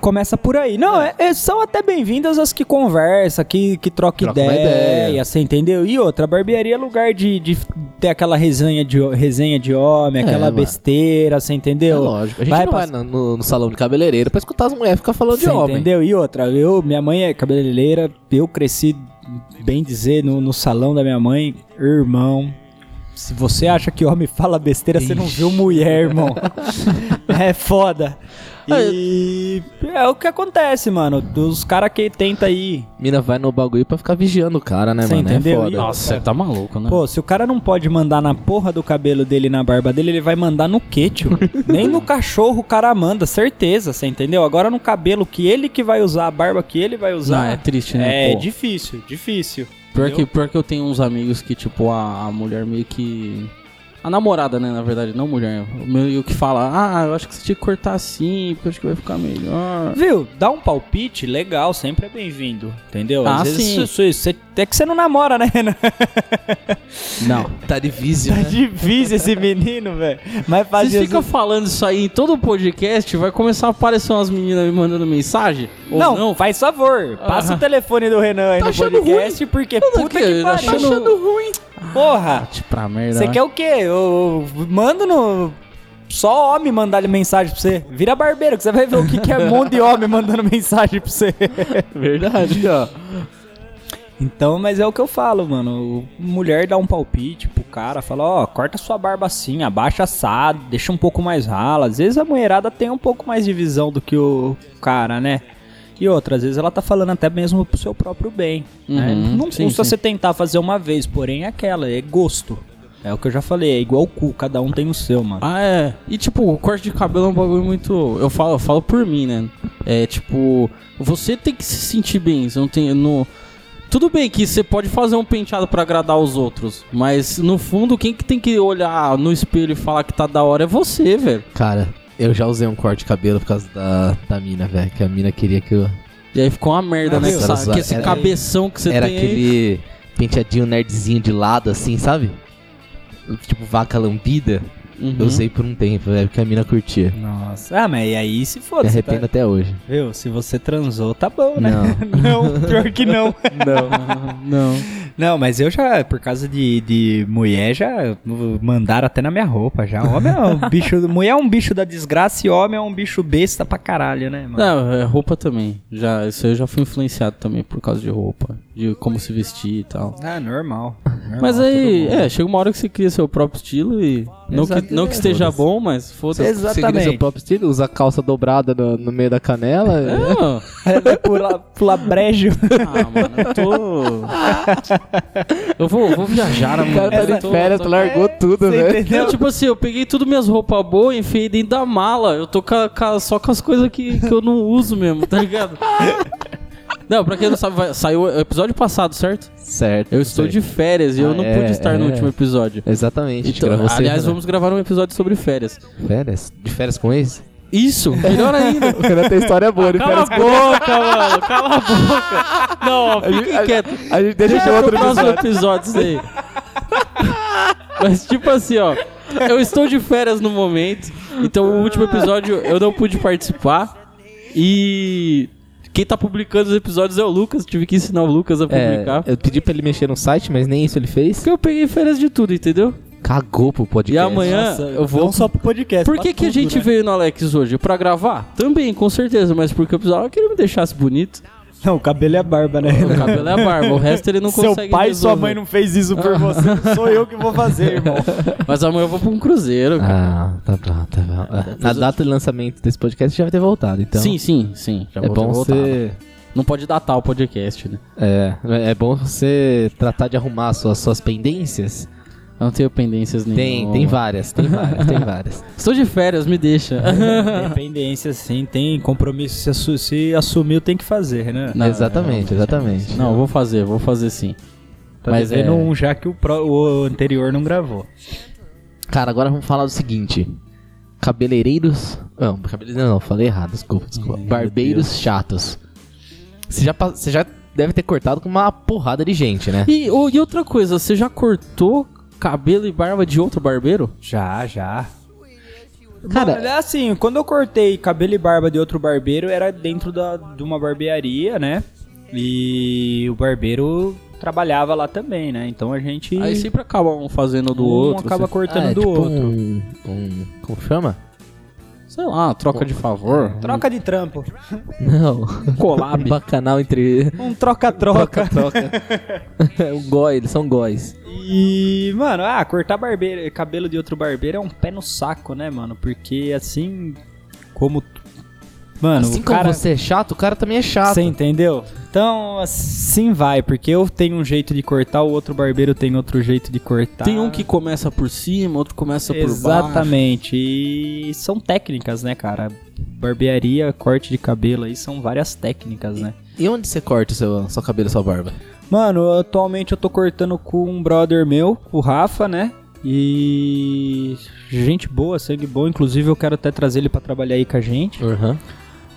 Começa por aí. Não, é- é- são até bem-vindas as que conversa, que, que troca, Troca uma ideia, ideia. você entendeu? E outra, a barbearia é lugar de, de ter aquela resenha de, ho- resenha de homem, É, aquela mano. besteira, você entendeu? é lógico. A gente vai não pra- vai na- no, no salão de cabeleireiro pra escutar as mulheres ficar falando Você de homem. entendeu? E outra, eu, minha mãe é cabeleireira, eu cresci, bem dizer, no, no salão da minha mãe, irmão. Se você acha que homem fala besteira, você não viu mulher, irmão. é foda. E é o que acontece, mano. Os caras que tenta aí. Mina vai no bagulho pra ficar vigiando o cara, né, Você mano? entendeu? É foda. Nossa, Nossa, tá maluco, né? Pô, se o cara não pode mandar na porra do cabelo dele e na barba dele, ele vai mandar no quê, tio? Nem no cachorro o cara manda, certeza, você entendeu? Agora no cabelo que ele que vai usar, a barba que ele vai usar. não, é triste, né? É pô? difícil, difícil. Pior que, pior que eu tenho uns amigos que, tipo, a, a mulher meio que. A namorada, né, na verdade, não mulher. Meio que fala, ah, eu acho que você tinha que cortar assim, porque eu acho que vai ficar melhor. Viu? Dá um palpite, legal, sempre é bem-vindo, entendeu? Ah, sim. É. Isso, isso, isso- até que você não namora, né, Renan? Não. Tá difícil, Tá né? difícil esse menino, velho. Mas faz Vocês Jesus... ficam falando isso aí em todo podcast, vai começar a aparecer umas meninas me mandando mensagem? Ou Não, não? Ah. faz favor. Passa o telefone do Renan aí Tá no achando podcast, porque puta que, que- tá pariu. achando- ruim. Porra. Bate pra merda. Você né? quer o quê? Eu, eu mando no... Só homem mandar mensagem pra você. Vira barbeiro, que você vai ver o que, que é mundo de homem mandando mensagem pra você. Verdade, ó. Então, mas é o que eu falo, mano. O- Mulher dá um palpite pro cara, fala, ó, corta sua barba assim, abaixa assado, deixa um pouco mais rala. Às vezes a mulherada tem um pouco mais de visão do que o cara, né? E outra, às vezes ela tá falando até mesmo pro seu próprio bem. né? Uhum, Não sim, custa sim. você tentar fazer uma vez, porém é aquela, é gosto. É o que eu já falei, é igual o cu, cada um tem o seu, mano. Ah, é. E tipo, o corte de cabelo é um bagulho muito. Eu falo, eu falo por mim, né? É tipo, você tem que se sentir bem. Você não tem. No... Tudo bem que você pode fazer um penteado pra agradar os outros, mas no fundo, quem que tem que olhar no espelho e falar que tá da hora é você, velho. Cara, eu já usei um corte de cabelo por causa da, da mina, velho. Que a mina queria que eu. E aí ficou uma merda, né? Nossa, que essa- era- que esse Ah, era- cabeção que você Era tem. aí. aquele penteadinho nerdzinho de lado, assim, sabe? Tipo vaca lambida. Uhum. Eu usei por um tempo, velho, porque a mina curtia. Nossa. Ah, mas e aí se Me foda, você tá- arrependo até hoje. Viu? Se você transou, tá bom, né? Não. não pior que não. Não, não. Não, mas eu já, por causa de, de mulher, já mandaram até na minha roupa já. Homem é um bicho. Mulher é um bicho da desgraça e homem é um bicho besta pra caralho, né, mano? Não, é roupa também. Já, isso aí eu já fui influenciado também por causa de roupa, de como se vestir e tal. Ah, normal. normal, Mas todo aí, mundo. é, chega uma hora que você cria seu próprio estilo e. Não que, não que esteja Foda-se. bom, mas foda-se. Você cria seu Exatamente. próprio estilo, usa a calça dobrada no, no meio da canela. É, ó. É, vai pular, pular brejo. ah, mano, eu tô. Eu vou, vou viajar O cara amanhã. tá eu de tô- férias, tô- tu largou tudo, Você né? Não, entendeu? tipo assim, eu peguei tudo minhas roupas boas, enfiei dentro da mala. Eu tô ca- ca- só com as coisas que, que eu não uso mesmo, tá ligado? Não, pra quem não sabe, vai- saiu o episódio passado, certo? Certo. Eu estou de férias e eu Ah, não é, pude estar no é. último episódio. Exatamente. Então, Então, você, aliás, né? vamos gravar um episódio sobre férias. Férias? De férias com ex? Isso, melhor ainda. O cara tem história boa, de Cala a férias com boca, mano. Cala a boca. Não, ó, A fiquem gente- quietos. A gente deixa de Deixa pro outro próximo episódio. episódio isso aí. Mas tipo assim, ó. Eu estou de férias no momento. Então o último episódio eu não pude participar. E quem tá publicando os episódios é o Lucas. Tive que ensinar o Lucas a É, publicar. eu pedi pra ele mexer no site, mas nem isso ele fez. Porque eu peguei férias de tudo, entendeu? Cagou pro E podcast. amanhã eu vou. Não só pro podcast. Por pra que, que a tudo, gente né? veio no Alex hoje? Pra gravar? Também, com certeza, mas porque eu precisava que ele me deixasse bonito. Não, o cabelo é barba, né? O cabelo é a barba, o resto ele não Seu consegue pai e sua resolver. Ah. mãe não fez isso por você, não sou eu que vou fazer, irmão. Mas amanhã eu vou pra um cruzeiro, cara. Ah, tá bom, tá bom. Ah, Na data de lançamento desse podcast já vai ter voltado, então. É, sim, sim, sim. Já É vou ter bom voltado. você. Não pode datar o podcast, né? É, é bom você tratar de arrumar suas, suas pendências. Eu não tenho pendências Tem, nenhuma. tem várias, tem várias, tem várias. Estou de férias, me deixa. Independência, sim, tem compromisso. Se, assu- se assumiu, tem que fazer, né? Não, exatamente, exatamente. não, eu vou fazer, vou fazer sim. Tá Mas devendo é- um já que o, pro- o anterior não gravou. Cara, agora vamos falar do seguinte. Cabeleireiros. Não, cabeleireiros não, falei errado, desculpa, desculpa. Barbeiros chatos. Você já, pa- você já deve ter cortado com uma porrada de gente, né? E, ô, e outra coisa, você já cortou cabelo e barba de outro barbeiro? Já, já. Cara- Cara, é assim, quando eu cortei cabelo e barba de outro barbeiro, era dentro da, de uma barbearia, né? E o barbeiro trabalhava lá também, né? Então a gente. Aí sempre acaba um fazendo do um outro. acaba você- cortando Ah, é do tipo outro. Um, um- como chama? Sei lá, troca de favor. Troca de trampo. Não. Um Collab. bacanal entre. Um troca-troca. Troca. um goi, eles são góis. E, mano, ah, cortar barbeiro, cabelo de outro barbeiro é um pé no saco, né, mano? Porque assim, como. Mano, Assim o como cara. você é chato, o cara também é chato. Você entendeu? Então, assim vai, porque eu tenho um jeito de cortar, o outro barbeiro tem outro jeito de cortar. Tem um que começa por cima, outro começa por baixo. Exatamente. E são técnicas, né, cara? Barbearia, corte de cabelo aí, são várias técnicas, né? E onde você corta o seu, seu cabelo e sua barba? Mano, atualmente eu tô cortando com um brother meu, o Rafa, né? E gente boa, sangue bom. Inclusive eu quero até trazer ele pra trabalhar aí com a gente Uhum.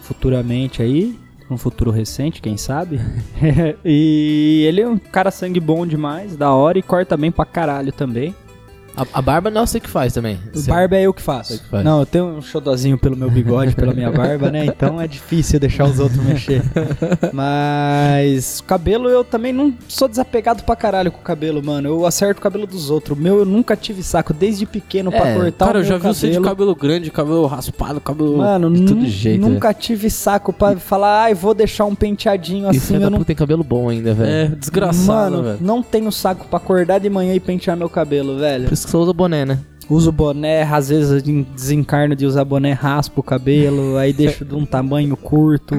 futuramente aí, num futuro recente, quem sabe. e ele é um cara sangue bom demais, da hora e corta bem pra caralho também. A, a barba não é você que faz também. Você- Barba é eu que faço. Você que faz. Não, eu tenho um xodozinho pelo meu bigode, pela minha barba, né? Então é difícil deixar os outros mexer. Mas cabelo eu também não sou desapegado pra caralho com o cabelo, mano. Eu acerto o cabelo dos outros. O meu eu nunca tive saco desde pequeno pra É, cortar Cara, o eu já meu vi você de Tá um cabelo cabelo. grande, cabelo raspado, cabelo Mano, de todo nu- jeito. né? nunca tive saco pra falar, ai, vou deixar um penteadinho E é filho tá assim, da eu não puta tem cabelo bom ainda, velho. É, desgraçado, Mano, velho. não tenho saco pra acordar de manhã e pentear meu cabelo, velho. Por isso que você usa boné, né? Uso boné, às vezes eu en- desencarno de usar boné, raspo o cabelo, aí deixo de um tamanho curto.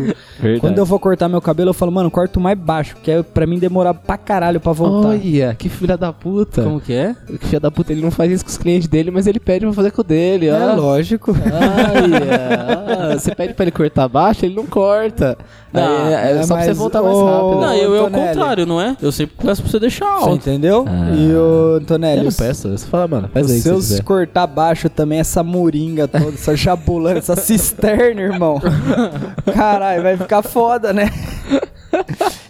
Quando eu vou cortar meu cabelo, eu falo, mano, corto mais baixo, que é pra mim demorar pra caralho pra voltar. Olha, que filha da puta. Como que é? Que filha da puta, ele não faz isso com os clientes dele, mas ele pede pra fazer com o dele, ó. é lógico. Olha, ah, você pede pra ele cortar baixo, ele não corta. Não, Aí, é, é é, só pra você mas voltar mais o- rápido. Ô, não, eu é o Antonelli. contrário, não é? Eu sempre peço pra você deixar Você alto. entendeu? Ah. E o Antonelli, eu não os- peço, você fala, mano, faz aí os se você seus quiser. cortar baixo também, essa moringa toda, essa jabulana, essa cisterna, irmão. Caralho, vai ficar foda, né?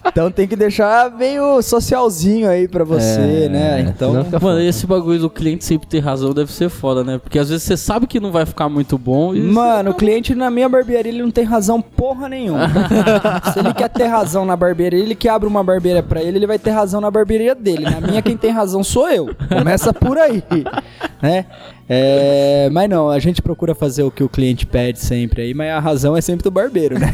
Então tem que deixar meio socialzinho aí pra você, É, né? senão Então. fica Mano, foda. esse bagulho do cliente sempre ter razão deve ser foda, né? Porque às vezes você sabe que não vai ficar muito bom e. Mano, o cliente na minha barbearia ele não tem razão porra nenhuma. Se ele quer ter razão na barbearia, ele que abre uma barbearia pra ele, ele vai ter razão na barbearia dele. Na minha, quem tem razão sou eu. Começa por aí, né? É, mas não, a gente procura fazer o que o cliente pede sempre aí, mas a razão é sempre do barbeiro, né?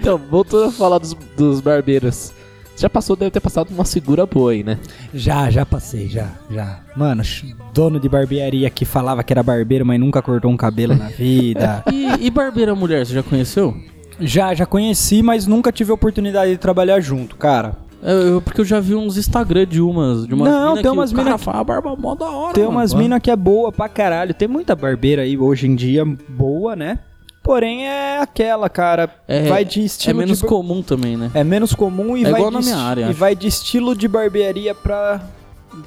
Então, voltando a falar dos, dos barbeiros. Você já passou, deve ter passado uma segura boa aí, né? Já, já passei, já, já. Mano, ch- dono de barbearia que falava que era barbeiro, mas nunca cortou um cabelo na vida. E, e barbeira mulher, você já conheceu? já, já conheci, mas nunca tive a oportunidade de trabalhar junto, cara. É, Eu- eu- porque eu já vi uns Instagram de umas. De umas Não, mina tem que umas o cara mina que- fala, "A barba mó da hora. Tem mano." umas minas que é boa pra caralho. Tem muita barbeira aí hoje em dia boa, né? Porém é aquela, cara. É- vai de É estilo menos de... bar- comum também, né? É menos comum e, É vai, igual de na minha esti- área, e acho. vai de estilo de barbearia pra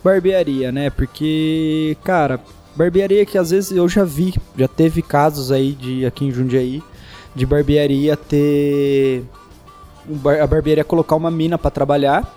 barbearia, né? Porque, cara, barbearia que às vezes eu já vi, já teve casos aí de aqui em Jundiaí de barbearia ter um bar- a barbearia colocar uma mina pra trabalhar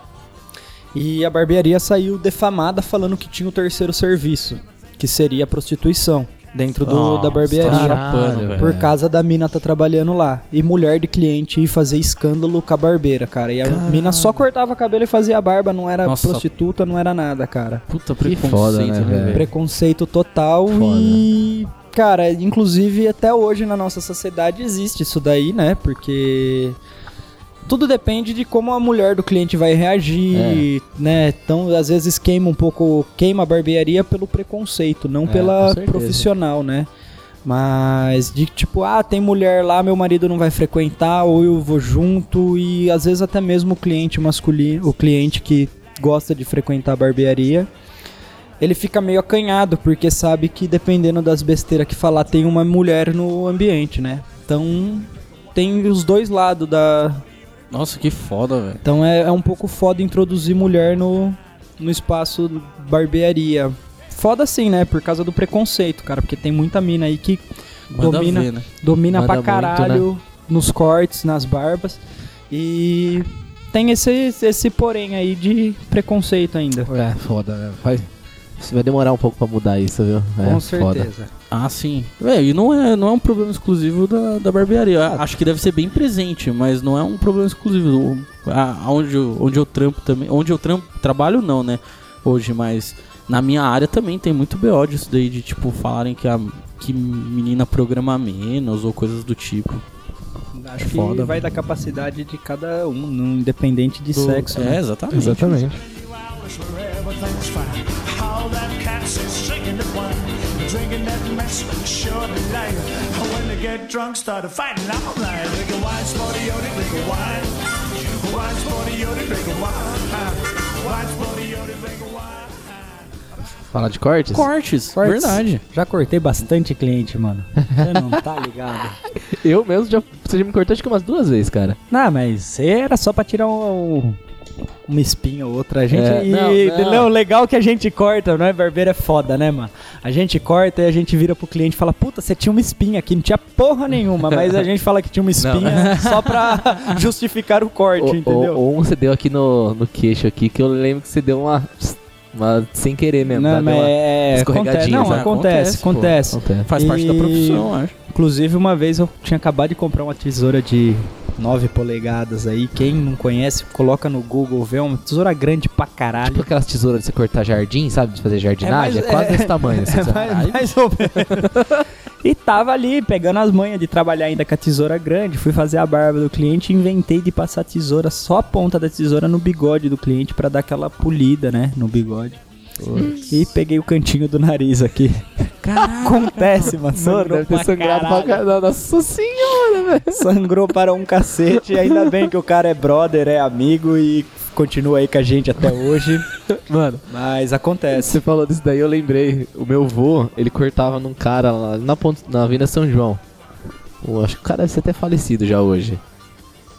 e a barbearia saiu defamada falando que tinha o terceiro serviço, que seria a prostituição dentro do, da barbearia. Chapando, velho. Por causa da mina tá trabalhando lá. E mulher de cliente ir fazer escândalo com a barbeira, cara. E a mina só cortava cabelo e fazia barba, não era Nossa. prostituta, não era nada, cara. Puta Que preconceito, foda, né, né, velho? velho? Preconceito total Foda. e. Cara, inclusive até hoje na nossa sociedade existe isso daí, né? Porque Tudo depende de como a mulher do cliente vai É. reagir, né? Então, às vezes queima um pouco, queima a barbearia pelo preconceito, não É, com pela certeza. profissional, né? Mas de tipo, ah, tem mulher lá, meu marido não vai frequentar, ou eu vou junto, e às vezes até mesmo o cliente masculino, o cliente que gosta de frequentar a barbearia, ele fica meio acanhado, porque sabe que dependendo das besteiras que falar, tem uma mulher no ambiente, né? Então tem os dois lados da. Nossa, que foda, velho. Então é, é um pouco foda introduzir mulher no, no espaço barbearia. Foda sim, né? Por causa do preconceito, cara, porque tem muita mina aí que Manda domina, ver, né? domina Manda né? pra caralho nos cortes, nas barbas. E tem esse, esse porém aí de preconceito ainda. É, foda, né? Vai, isso vai demorar um pouco pra mudar isso, viu? É, Com foda. certeza. Ah, sim. Véio, e não é, não é um problema exclusivo da, da barbearia. Ah, Acho que deve ser bem presente, mas não é um problema exclusivo. O- a- Aonde eu, onde eu trampo também. Onde eu trampo, trabalho não, né? Hoje, mas na minha área também tem muito BO disso daí de tipo falarem que a que menina programa menos ou coisas do tipo. Acho É que foda, vai da capacidade de cada um, não- independente de sexo. é, né? exatamente. Exatamente. hours where everything's fine. All that cats is shaking the wine, drinking that mess, sure delight. When they get drunk, started fighting all night. Drink a wine, sporty, yodi, drink a wine. Wine, sporty, yodi, drink a wine. Wine, sporty, yodi, drink a wine. Falar de cortes? Cortes, É, Cortes. verdade. Já cortei bastante cliente, mano. Você não tá ligado. Eu mesmo já. Você já me cortou acho que umas duas vezes, cara. Não, mas era só pra tirar um, um- uma espinha ou outra. A gente. É, e- não, não. não, legal que a gente corta, não é? Barbeiro é foda, né, mano? A gente corta e a gente vira pro cliente e fala: Puta, você tinha uma espinha aqui, não tinha porra nenhuma. Mas a gente fala que tinha uma espinha só pra justificar o corte, Ou, entendeu? ou- ou um você deu aqui no, no queixo aqui, que eu lembro que você deu uma. Uma sem querer mesmo. tá? não, Deu mas uma- é. Acontece, escorregadinha, né? não, sabe? acontece, Acontece, acontece. pô. Acontece. Faz parte da E- profissão, acho. Inclusive, uma vez eu tinha acabado de comprar uma tesoura de 9 polegadas aí. Quem não conhece, coloca no Google, vê é uma tesoura grande pra caralho. Tipo aquelas tesouras de você cortar jardim, sabe? De fazer jardinagem. É, É, mas quase é- desse tamanho. assim, sabe? mais, mais ou menos. E tava ali, pegando as manhas de trabalhar ainda com a tesoura grande. Fui fazer a barba do cliente e inventei de passar a tesoura, só a ponta da tesoura no bigode do cliente pra dar aquela polida, né? No bigode. E peguei o cantinho do nariz aqui. Acontece, mano. Sangrou, deve ter pra sangrado pra caralho. caralho. Nossa senhora, velho. sangrou para um cacete. E ainda bem que o cara é brother, é amigo e continua aí com a gente até hoje. Mano, Mas acontece. É, você falou disso daí, eu lembrei. O meu vô, ele cortava num cara lá na, ponta, na Avenida São João. Eu acho que o cara deve ser até falecido já hoje.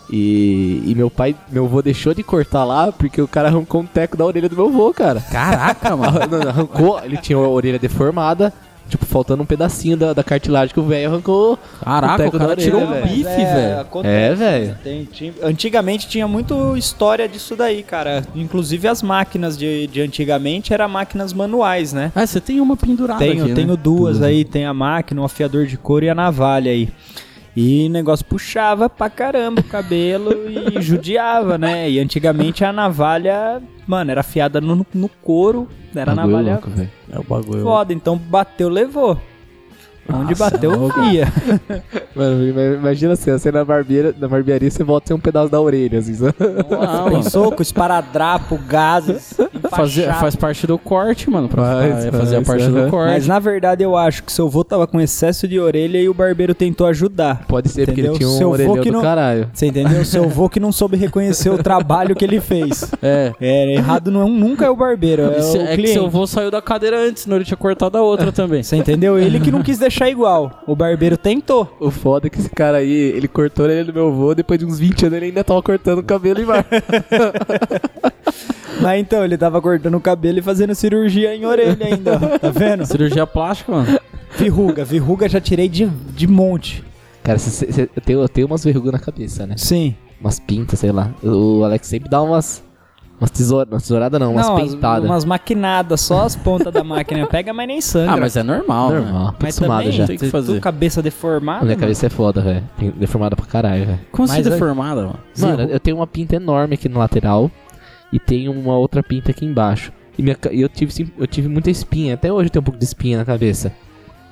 E, e meu pai, meu vô deixou de cortar lá porque o cara arrancou um teco da orelha do meu vô, cara. Caraca, mano. Não, não, arrancou, ele tinha a orelha deformada, tipo, faltando um pedacinho da, da cartilagem que o velho arrancou. Caraca, o Boteco da cara orelha, tirou um né, velho. bife, velho. É, velho. Tem- tinha- antigamente tinha muito história disso daí, cara. Inclusive as máquinas de, de antigamente eram máquinas manuais, né? Ah, você tem uma pendurada Tenho, aqui, né? tenho duas aí, tem a máquina, o afiador de couro e a navalha aí. E o negócio puxava pra caramba o cabelo e judiava, né? E antigamente a navalha, mano, era afiada no, no couro, era a Bagulho navalha Tá louco, velho. É o bagulho. foda, então bateu, levou. Onde bateu, fia. Mano, ima- imagina assim, você na barbeira, na barbearia você volta sem um pedaço da orelha, assim, sabe? Não, mano. Pensou com esparadrapo, gases, Fazer, faz parte do corte, mano. Pra Faz, é, fazer a faz, parte aham. do corte. Mas na verdade eu acho que seu avô tava com excesso de orelha e o barbeiro tentou ajudar. Pode ser, porque Entendeu? ele tinha um Seu vô orelhão que do não- caralho. Você entendeu? Seu avô que não soube reconhecer o trabalho que ele fez. É. É, errado não, nunca é o barbeiro, é Isso- o é que cliente. seu avô saiu da cadeira antes, senão ele tinha cortado a outra também. Você entendeu? Ele que não quis deixar igual. O barbeiro tentou. O foda é que esse cara aí, ele cortou a orelha do meu avô, depois de uns 20 anos ele ainda tava cortando o cabelo e vai. Mas então, ele tava cortando o cabelo e fazendo cirurgia em orelha ainda, ó. Tá vendo? Cirurgia plástica, mano. Verruga, verruga já tirei de, de monte. Cara, cê- cê- cê- eu, tenho, eu tenho umas verrugas na cabeça, né? Sim. Umas pintas, sei lá. O Alex sempre dá umas. Umas tesouras. Não, tesourada não, umas não, as- pintadas. umas maquinadas, só as pontas da máquina pega, mas nem sangra. Ah, mas é normal, né? Normal, tô Mas acostumado também, né? já. Tem que tu- fazer. tu cabeça A deformada. Minha mano. cabeça é foda, velho. Tem- Deformada pra caralho, velho. Como assim Mas é- deformada, mano? Mano, eu tenho uma pinta enorme aqui no lateral e tenho uma outra pinta aqui embaixo. E minha ca- e eu, tive, sim- eu tive muita espinha, até hoje eu tenho um pouco de espinha na cabeça.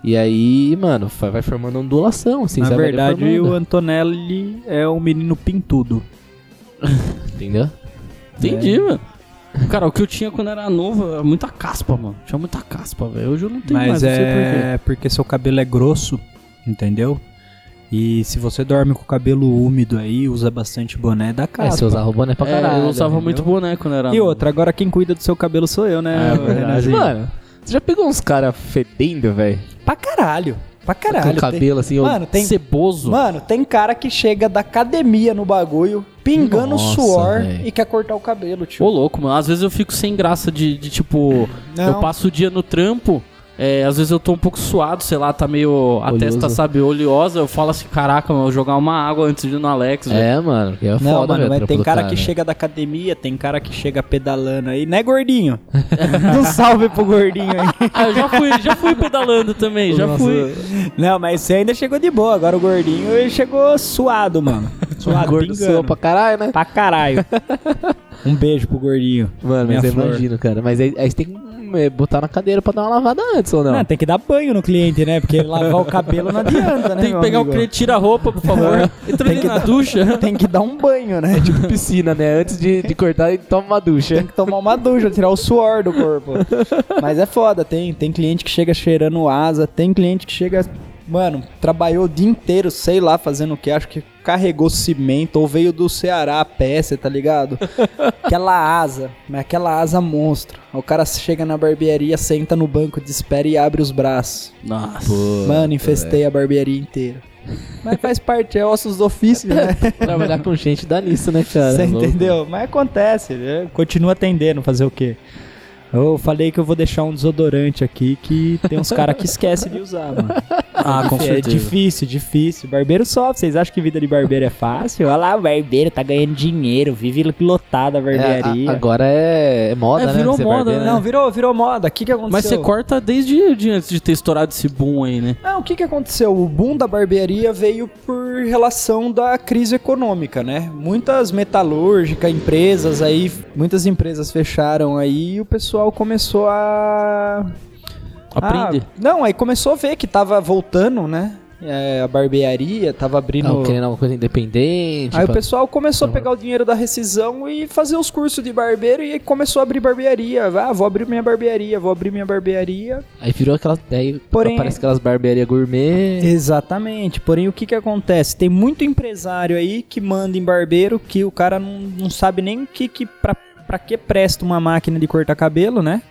E aí, mano, fa- é vai formando ondulação, assim, Na sabe? Vai verdade, deformando. o Antonelli é um menino pintudo. Entendeu? Entendi, mano. Cara, o que eu tinha quando era novo era muita caspa, mano. Tinha muita caspa, velho. Hoje eu não tenho mais, Mas não sei porquê. é porque seu cabelo é grosso, entendeu? E se você dorme com o cabelo úmido aí, usa bastante boné, dá Cara, caspa. se usar roubando é pra É, caralho. eu usava entendeu? muito boné quando era E novo. outra, agora quem cuida do seu cabelo sou eu, né? É verdade. Renanzinho? Mano, você já pegou uns caras fedendo, velho? Pra caralho. Pra caralho. Com cabelo assim, ó. Mano, tem... Ceboso. Mano, tem cara que chega da academia no bagulho, pingando Nossa, suor véi. e quer cortar o cabelo, Ô, tio. louco, mano. Às vezes eu fico sem graça de, de, tipo. Não. Eu passo o dia no trampo. é, às vezes eu tô um pouco suado, sei lá, tá meio. A Oleoso. testa, sabe, oleosa. Eu falo assim, caraca, mano, eu vou jogar uma água antes de ir no Alex, velho. É, mano, que é Não, foda, mano, velho. né? mas tem cara, que chega da academia, tem cara que chega pedalando aí, né, gordinho? um salve pro gordinho aí. Ah, eu já fui, já fui pedalando também, já fui. Não, mas você ainda chegou de boa, agora o gordinho ele chegou suado, mano. Suado, Gordo pingando. Tá sua pra caralho, né? Pra caralho. um beijo pro gordinho. Mano, Minha mas eu flor. imagino, cara. Mas aí, aí você tem que hum, é, botar na cadeira pra dar uma lavada antes ou não? Não, tem que dar banho no cliente, né? Porque lavar o cabelo não adianta, né? Tem que meu pegar o amigo? cliente, tira a roupa, por favor. Entra É. Tem ali que na dar- ducha. Tem que dar um banho, né? Tipo, Tipo piscina, né? Antes de, de cortar, ele toma uma ducha. tem que tomar uma ducha, tirar o suor do corpo. Mas é foda, tem, tem cliente que chega cheirando asa, tem cliente que chega, mano, trabalhou o dia inteiro, sei lá, fazendo o que, acho que carregou cimento ou veio do Ceará a peça, tá ligado? Aquela asa, mas aquela asa monstro. O cara chega na barbearia, senta no banco de espera e abre os braços. Nossa. Mano, infestei a barbearia inteira. Mas faz parte, é ossos do ofício, né? Trabalhar com gente dá nisso, né, cara? é Você Louco. entendeu? Mas acontece, né? Continua atendendo, fazer o quê? Eu falei que eu vou deixar um desodorante aqui que tem uns caras que esquecem de usar, mano. Ah, com É certeza. difícil, difícil. Barbeiro sofre. Vocês acham que vida de barbeiro é fácil? Olha lá, o barbeiro tá ganhando dinheiro, vive lotada a É, a- barbearia. agora é, é moda, É, né? virou ser moda, barbeiro, né? Não, virou, virou moda. O que, que aconteceu? Mas você corta desde de antes de ter estourado esse boom aí, né? Não, Ah, o que, que aconteceu? O boom da barbearia veio por relação da crise econômica, né? Muitas metalúrgicas, empresas aí, muitas empresas fecharam aí e o pessoal começou a Aprende. Ah, não, aí começou a ver que tava voltando, né? É, a barbearia, tava abrindo. Tava Tá querendo alguma coisa independente. aí o pra- pessoal começou a pegar o dinheiro da rescisão e fazer os cursos de barbeiro e aí começou a abrir barbearia. Ah, vou abrir minha barbearia, vou abrir minha barbearia. Aí virou aquelas. Daí Porém- aparece aquelas barbearias gourmet. Exatamente, porém o que que acontece? Tem muito empresário aí que manda em barbeiro que o cara não, não sabe nem o que que pra, pra que presta uma máquina de cortar cabelo, né?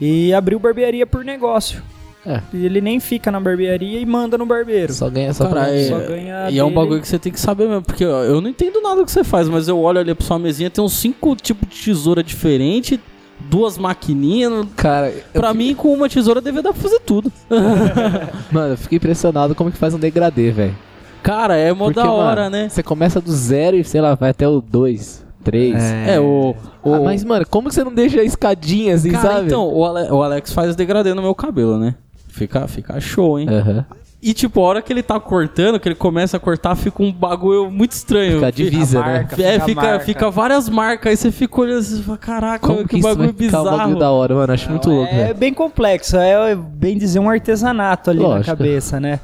E abriu barbearia por negócio. É. E ele nem fica na barbearia e manda no barbeiro. Só ganha só Cara, pra. é- Só ganha E é um dele. bagulho que você tem que saber mesmo, porque ó, eu não entendo nada do que você faz, mas eu olho ali pra sua mesinha, tem uns cinco tipos de tesoura diferente, duas maquininhas. Cara, eu- Pra mim, com uma tesoura devia dar pra fazer tudo. mano, eu fiquei impressionado como que faz um degradê, velho. Cara, é mó Porque, da hora, mano, né? Você começa do zero e, sei lá, vai até o dois, três. É, o. o Ah, mas, mano, como que você não deixa a escadinha assim, cara, sabe? então, o, Ale- o Alex faz degradê no meu cabelo, né? Fica, fica show, hein? Aham. E tipo, a hora que ele tá cortando, que ele começa a cortar, fica um bagulho muito estranho. Fica a divisa, né? É, Fica a fica, marca. fica várias marcas, aí você fica olhando assim, você fala, caraca, Como que, que, isso bagulho vai ficar um bizarro. bagulho da hora, mano? Acho muito louco, É velho. bem complexo, é bem dizer um artesanato ali Lógico. na cabeça, né?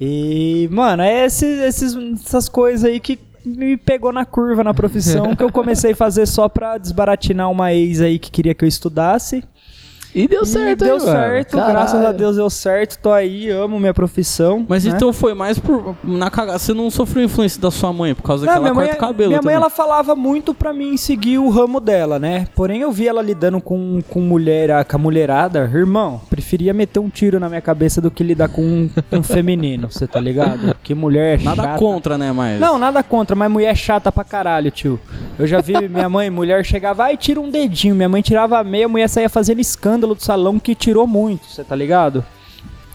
E, mano, é esses, esses- essas coisas aí que me pegou na curva na profissão, que eu comecei a fazer só pra desbaratinar uma ex aí que queria que eu estudasse. E deu E certo, Deu hein, mano? certo, Caralho. graças a Deus deu certo, tô aí, amo minha profissão. Mas né? então foi mais por. Na cagada. Você não sofreu influência da sua mãe por causa Não, que ela minha mãe, é- corta o cabelo. minha mãe também. ela falava muito pra mim seguir o ramo dela, né? Porém, eu vi ela lidando com, com mulher, ah, com a mulherada, irmão, preferia meter um tiro na minha cabeça do que lidar com um, um feminino, você tá ligado? Que mulher é Nada chata. contra, né, mas. Não, nada contra, mas mulher é chata pra caralho, tio. Eu já vi minha mãe, mulher chegava, ai, tira um dedinho. Minha mãe tirava a meia, a mulher saía fazendo escândalo do salão que tirou muito, você tá ligado?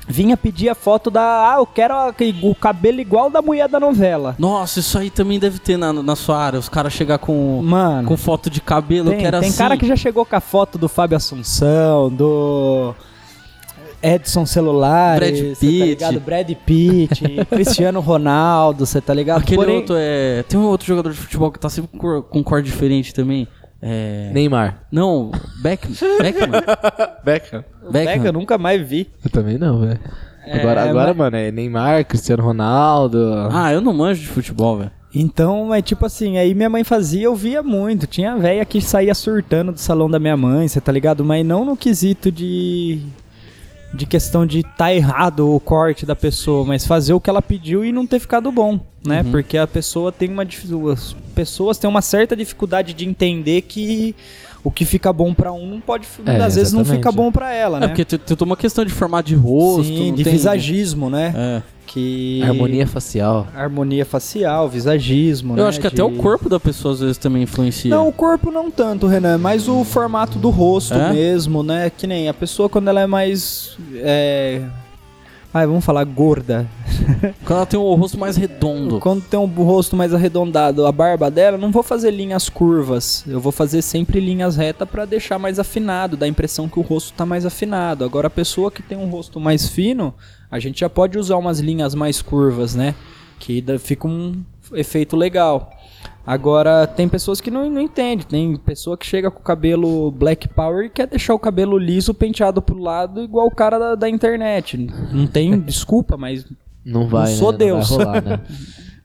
Vinha pedir a foto da. Ah, eu quero a- o cabelo igual da mulher da novela. Nossa, isso aí também deve ter na, na sua área. Os caras chegar com, Mano. com foto de cabelo Tem, que era tem assim. cara que já chegou com a foto do Fábio Assunção, do Edson Celular, Brad Pitt. Brad Pitt, Cristiano Ronaldo, você tá ligado? Aquele Porém, outro é. Tem um outro jogador de futebol que tá sempre com cor, com cor diferente também. É. Neymar. Não, Beckman. Beckman. Beckham. Beckman. Pega, eu nunca mais vi. Eu também não, velho. Agora, agora mano, é Neymar, é Cristiano Ronaldo. Ah, eu não Ah, manjo de futebol, velho. Então, é tipo assim, aí minha mãe fazia, eu via muito. Tinha velha que saía surtando do salão da minha mãe, você tá ligado? Mas não no quesito de. De questão de tá errado o corte da pessoa, mas fazer o que ela pediu e não ter ficado bom, né? Uhum. Porque a pessoa tem uma dif- as pessoas têm uma certa dificuldade de entender que o que fica bom pra um não pode, É, às vezes não fica exatamente. bom pra ela, É, né? porque tem tem toda uma questão de formato de rosto. Sim, não de tem- visagismo, né? É. Que Harmonia facial. harmonia facial, visagismo, Eu né? acho que até De- o corpo da pessoa às vezes também influencia. Não, o corpo não tanto, Renan, mas o formato do rosto É? mesmo, né? Que nem a pessoa quando ela é mais. É... Ai, vamos falar gorda. Quando ela tem o rosto mais redondo. Quando tem um rosto mais arredondado, a barba dela, eu não vou fazer linhas curvas. Eu vou fazer sempre linhas retas pra deixar mais afinado, dá a impressão que o rosto tá mais afinado. Agora, a pessoa que tem um rosto mais fino, a gente já pode usar umas linhas mais curvas, né? Que dá- fica um efeito legal. Agora, tem pessoas que não, não entendem. Tem pessoa que chega com o cabelo black power e quer deixar o cabelo liso, penteado pro lado, igual o cara da, da internet. Não tem desculpa, mas Não vai, sou né? Deus. Não vai rolar, né?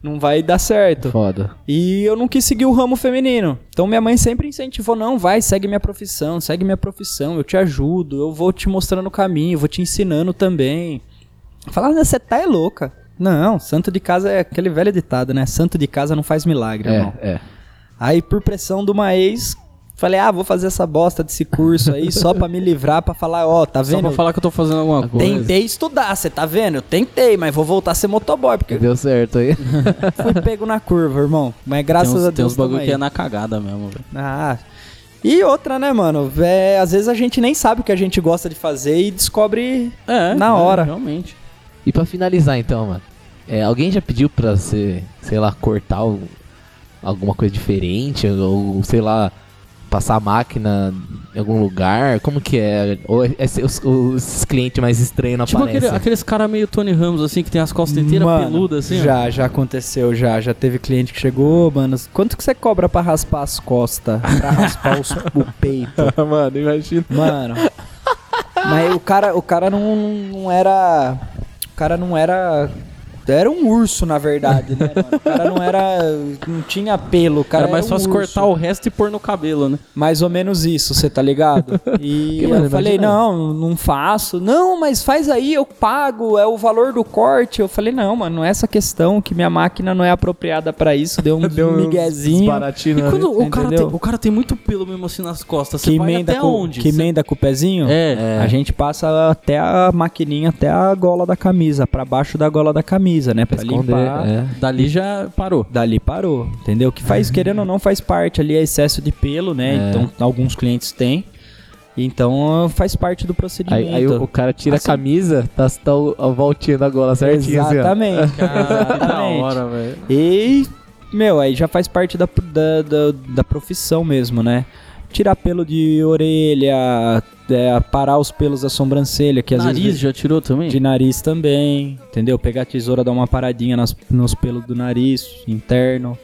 não vai dar certo. Foda. E eu não quis seguir o ramo feminino. Então minha mãe sempre incentivou: não, vai, segue minha profissão, segue minha profissão, eu te ajudo, eu vou te mostrando o caminho, eu vou te ensinando também. Falava, "Ah, você tá é louca. Não, santo de casa é aquele velho ditado, né? Santo de casa não faz milagre, irmão. É, é. Aí, por pressão de uma ex, falei: ah, vou fazer essa bosta desse curso aí só pra me livrar, pra falar: ó, tá Só pra vendo? falar que eu tô fazendo alguma coisa. Tentei estudar, você tá vendo? Eu tentei, mas vou voltar a ser motoboy, porque é. Deu certo aí. fui pego na curva, irmão. Mas Tem graças uns, a tem Deus. uns bagulho tamo que aí. é na cagada mesmo, velho. Ah. E outra, né, mano? É, às vezes a gente nem sabe o que a gente gosta de fazer e descobre. É. Na é, hora. Realmente. E pra finalizar então, mano. é, alguém já pediu pra você, sei lá, cortar o- alguma coisa diferente? Ou, sei lá, passar a máquina em algum lugar? Como que é? Ou é- é se- os, os clientes mais estranhos não Tipo aquele- aparecem? aqueles caras meio Tony Ramos, assim, que tem as costas inteiras Mano, peludas, assim. ó. Já, já aconteceu, já. Já teve cliente que chegou, mano. Quanto que você cobra pra raspar as costas? Pra raspar os- o peito? Mano, imagina. Mano. Mas o cara, o cara não, não era. O cara não era. Era um urso, na verdade, né, mano? O cara não era. Não tinha pelo, o cara. Era mais era um fácil urso. cortar o resto e pôr no cabelo, né? Mais ou menos isso, você tá ligado? E Porque, mano, eu falei, imagina. não, não faço. Não, mas faz aí, eu pago, é o valor do corte. Eu falei, não, mano, não é essa questão, que minha máquina não é apropriada pra isso. Deu um miguezinho. E quando o cara, tem, Entendeu? o cara tem muito pelo mesmo assim nas costas, Que você vai emenda, até com, onde? que Você- emenda com o pezinho? É. A gente passa até a maquininha, até a gola da camisa, pra baixo da gola da camisa, né? Pra, Esconder, limpar. é. Dali já parou. Dali parou, entendeu? Que faz, querendo ou não, faz parte ali, é excesso de pelo, né? Então, alguns clientes têm. Então, faz parte do procedimento. Aí, aí o, o cara tira Assim. a camisa, tá, tá o, a voltinha da gola certinho. assim, ó. Exatamente. da exatamente. hora, velho. E, meu, aí já faz parte da, da, da, da profissão mesmo, né? Tirar pelo de orelha, é, parar os pelos da sobrancelha, que às Nariz vezes. já tirou também? De nariz também, entendeu? Pegar a tesoura, dar uma paradinha nas, nos pelos do nariz interno,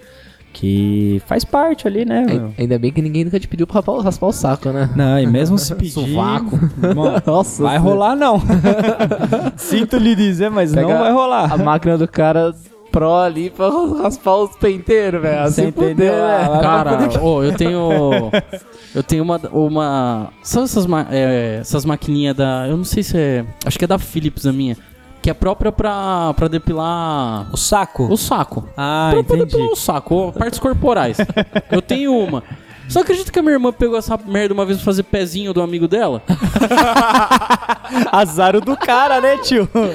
que faz parte ali, né, meu? Ai- É. Ainda bem que ninguém nunca te pediu pra raspar, o- raspar o saco, né? Não, e mesmo se pedir... Sovaco. Irmão, Nossa, vai você- rolar não. Sinto lhe dizer, mas Pega não vai rolar. A máquina do cara pro ali pra raspar os penteiros, velho. Você Se entendeu? fuder, Ah, velho. vai Cara, ô, eu tenho. Eu tenho uma. uma sabe essas, ma- é, essas maquininhas da. Eu não sei se é. Acho que é da Philips a minha. Que é própria pra, pra depilar O saco? o saco. Ah, pra, pra entendi. depilar o saco, ó, partes corporais. eu tenho uma. Só acredita que a minha irmã pegou essa merda uma vez pra fazer pezinho do amigo dela? Azaro do cara, né, tio? mãe,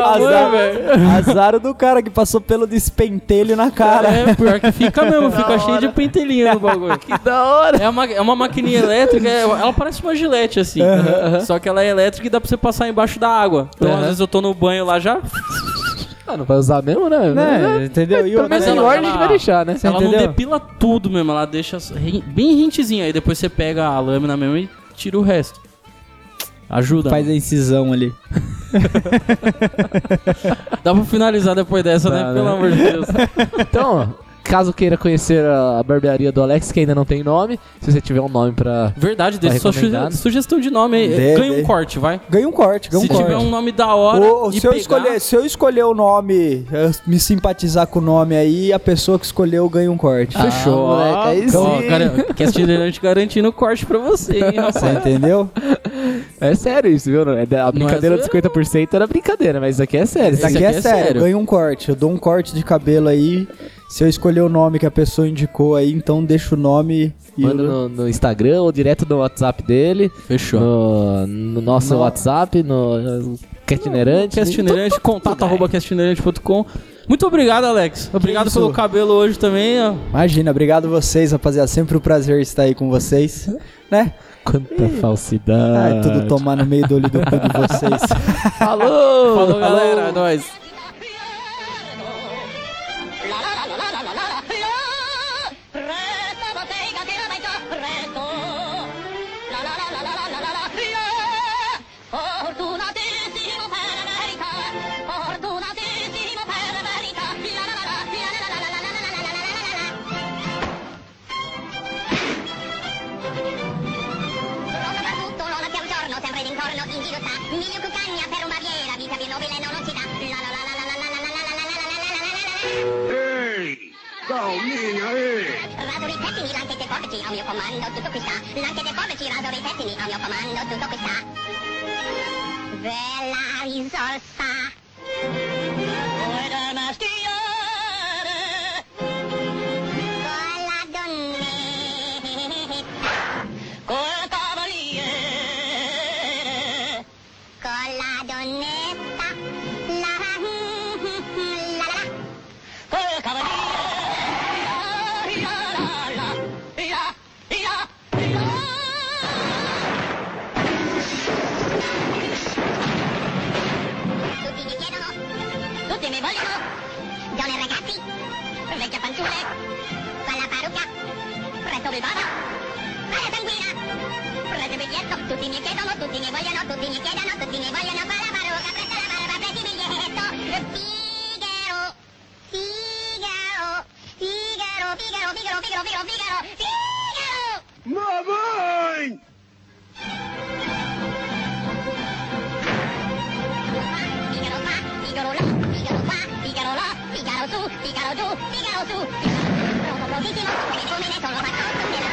Azar, azaro do cara que passou pelo despentelho na cara. É, pior que fica mesmo, fica cheio de pentelinha no bagulho. Que da hora. É uma, é uma maquininha elétrica, é- ela parece uma gilete, assim. Só que ela é elétrica e dá pra você passar embaixo da água. Então, às vezes, eu tô no banho lá já. Ah, não vai usar mesmo, né? Né, entendeu? E Pelo outra- menos ela- em ordem ela- a gente vai deixar, né? ela não entendeu? depila tudo mesmo, ela deixa rin- bem rintezinha. Aí depois você pega a lâmina mesmo e tira o resto. Ajuda. Faz a incisão ali. né? Dá pra finalizar depois dessa, né? Pelo amor de Deus. Então, Caso queira conhecer a barbearia do Alex, que ainda não tem nome, se você tiver um nome pra. Verdade, deixa Tá sua recomendado. suge- sugestão de nome aí. Dê, Ganha dê. um corte, vai. Ganha um corte, ganha um Se corte. tiver um nome da hora. Ô, e se, eu pegar- escolher, se eu escolher o nome, eh, me simpatizar com o nome aí, a pessoa que escolheu ganha um corte. Ah, moleque, aí Então, então, Ó, sim. cara, que estileirante garantindo corte pra você, hein, Você rapaz. entendeu? É sério isso, viu? É da- A zoeira, brincadeira dos 50% era brincadeira, mas isso aqui é sério. Isso Esse aqui é, sério, sério. ganha um corte. Eu dou um corte de cabelo aí. Se eu escolher o nome que a pessoa indicou aí, então deixa o nome e Manda o- no, no Instagram ou direto no WhatsApp dele. Fechou. No, no nosso WhatsApp, no no Castinerante. Castinerante, contato arroba castinerante.com. Muito obrigado, Alex. Obrigado isso? pelo cabelo hoje também. ó. Imagina, obrigado vocês, rapaziada. Sempre um prazer estar aí com vocês, né? Quanta falsidade. Ai, tudo tomar no meio do olho do cu de vocês. Falou! Falou, galera. É nóis. Soprattutto non abbiamo giorno, sempre d'intorno, in giro sta. Miglio cucagna per una barriera, vita più nobile non lo ci dà. La la la la la la la la la la la la la la la la. Rado i pettini, l'anche dei porci, a mio comando, tutto qui sta. L'anche dei porci, rado i pettini, a mio comando, tutto qui sta. Bella risorsa. Buona mestiere. Con la donnetta. Col cavaliere. Con la donnetta. La la la la. Col cavaliere. La la la la. La la la. Tutti mi chiedono, tutti mi vogliono. Donne e ragazzi, vecchie fanciulle, con la parrucca, presto il bada, aria sanguina, preso il biglietto. Tutti mi chiedono, tutti mi vogliono, tutti mi chiedono, tutti mi vogliono, con la parrucca, presto la barba, preso il biglietto. Figaro, Figaro, Figaro, Figaro, Figaro, Figaro, Figaro, Figaro, Figaro! Mamãe! Figaro qua, Figaro là, Figaro qua, Figaro là, Figaro su, Figaro giù, Figaro su. Sono prontissimo, come come ne sono fatto, nella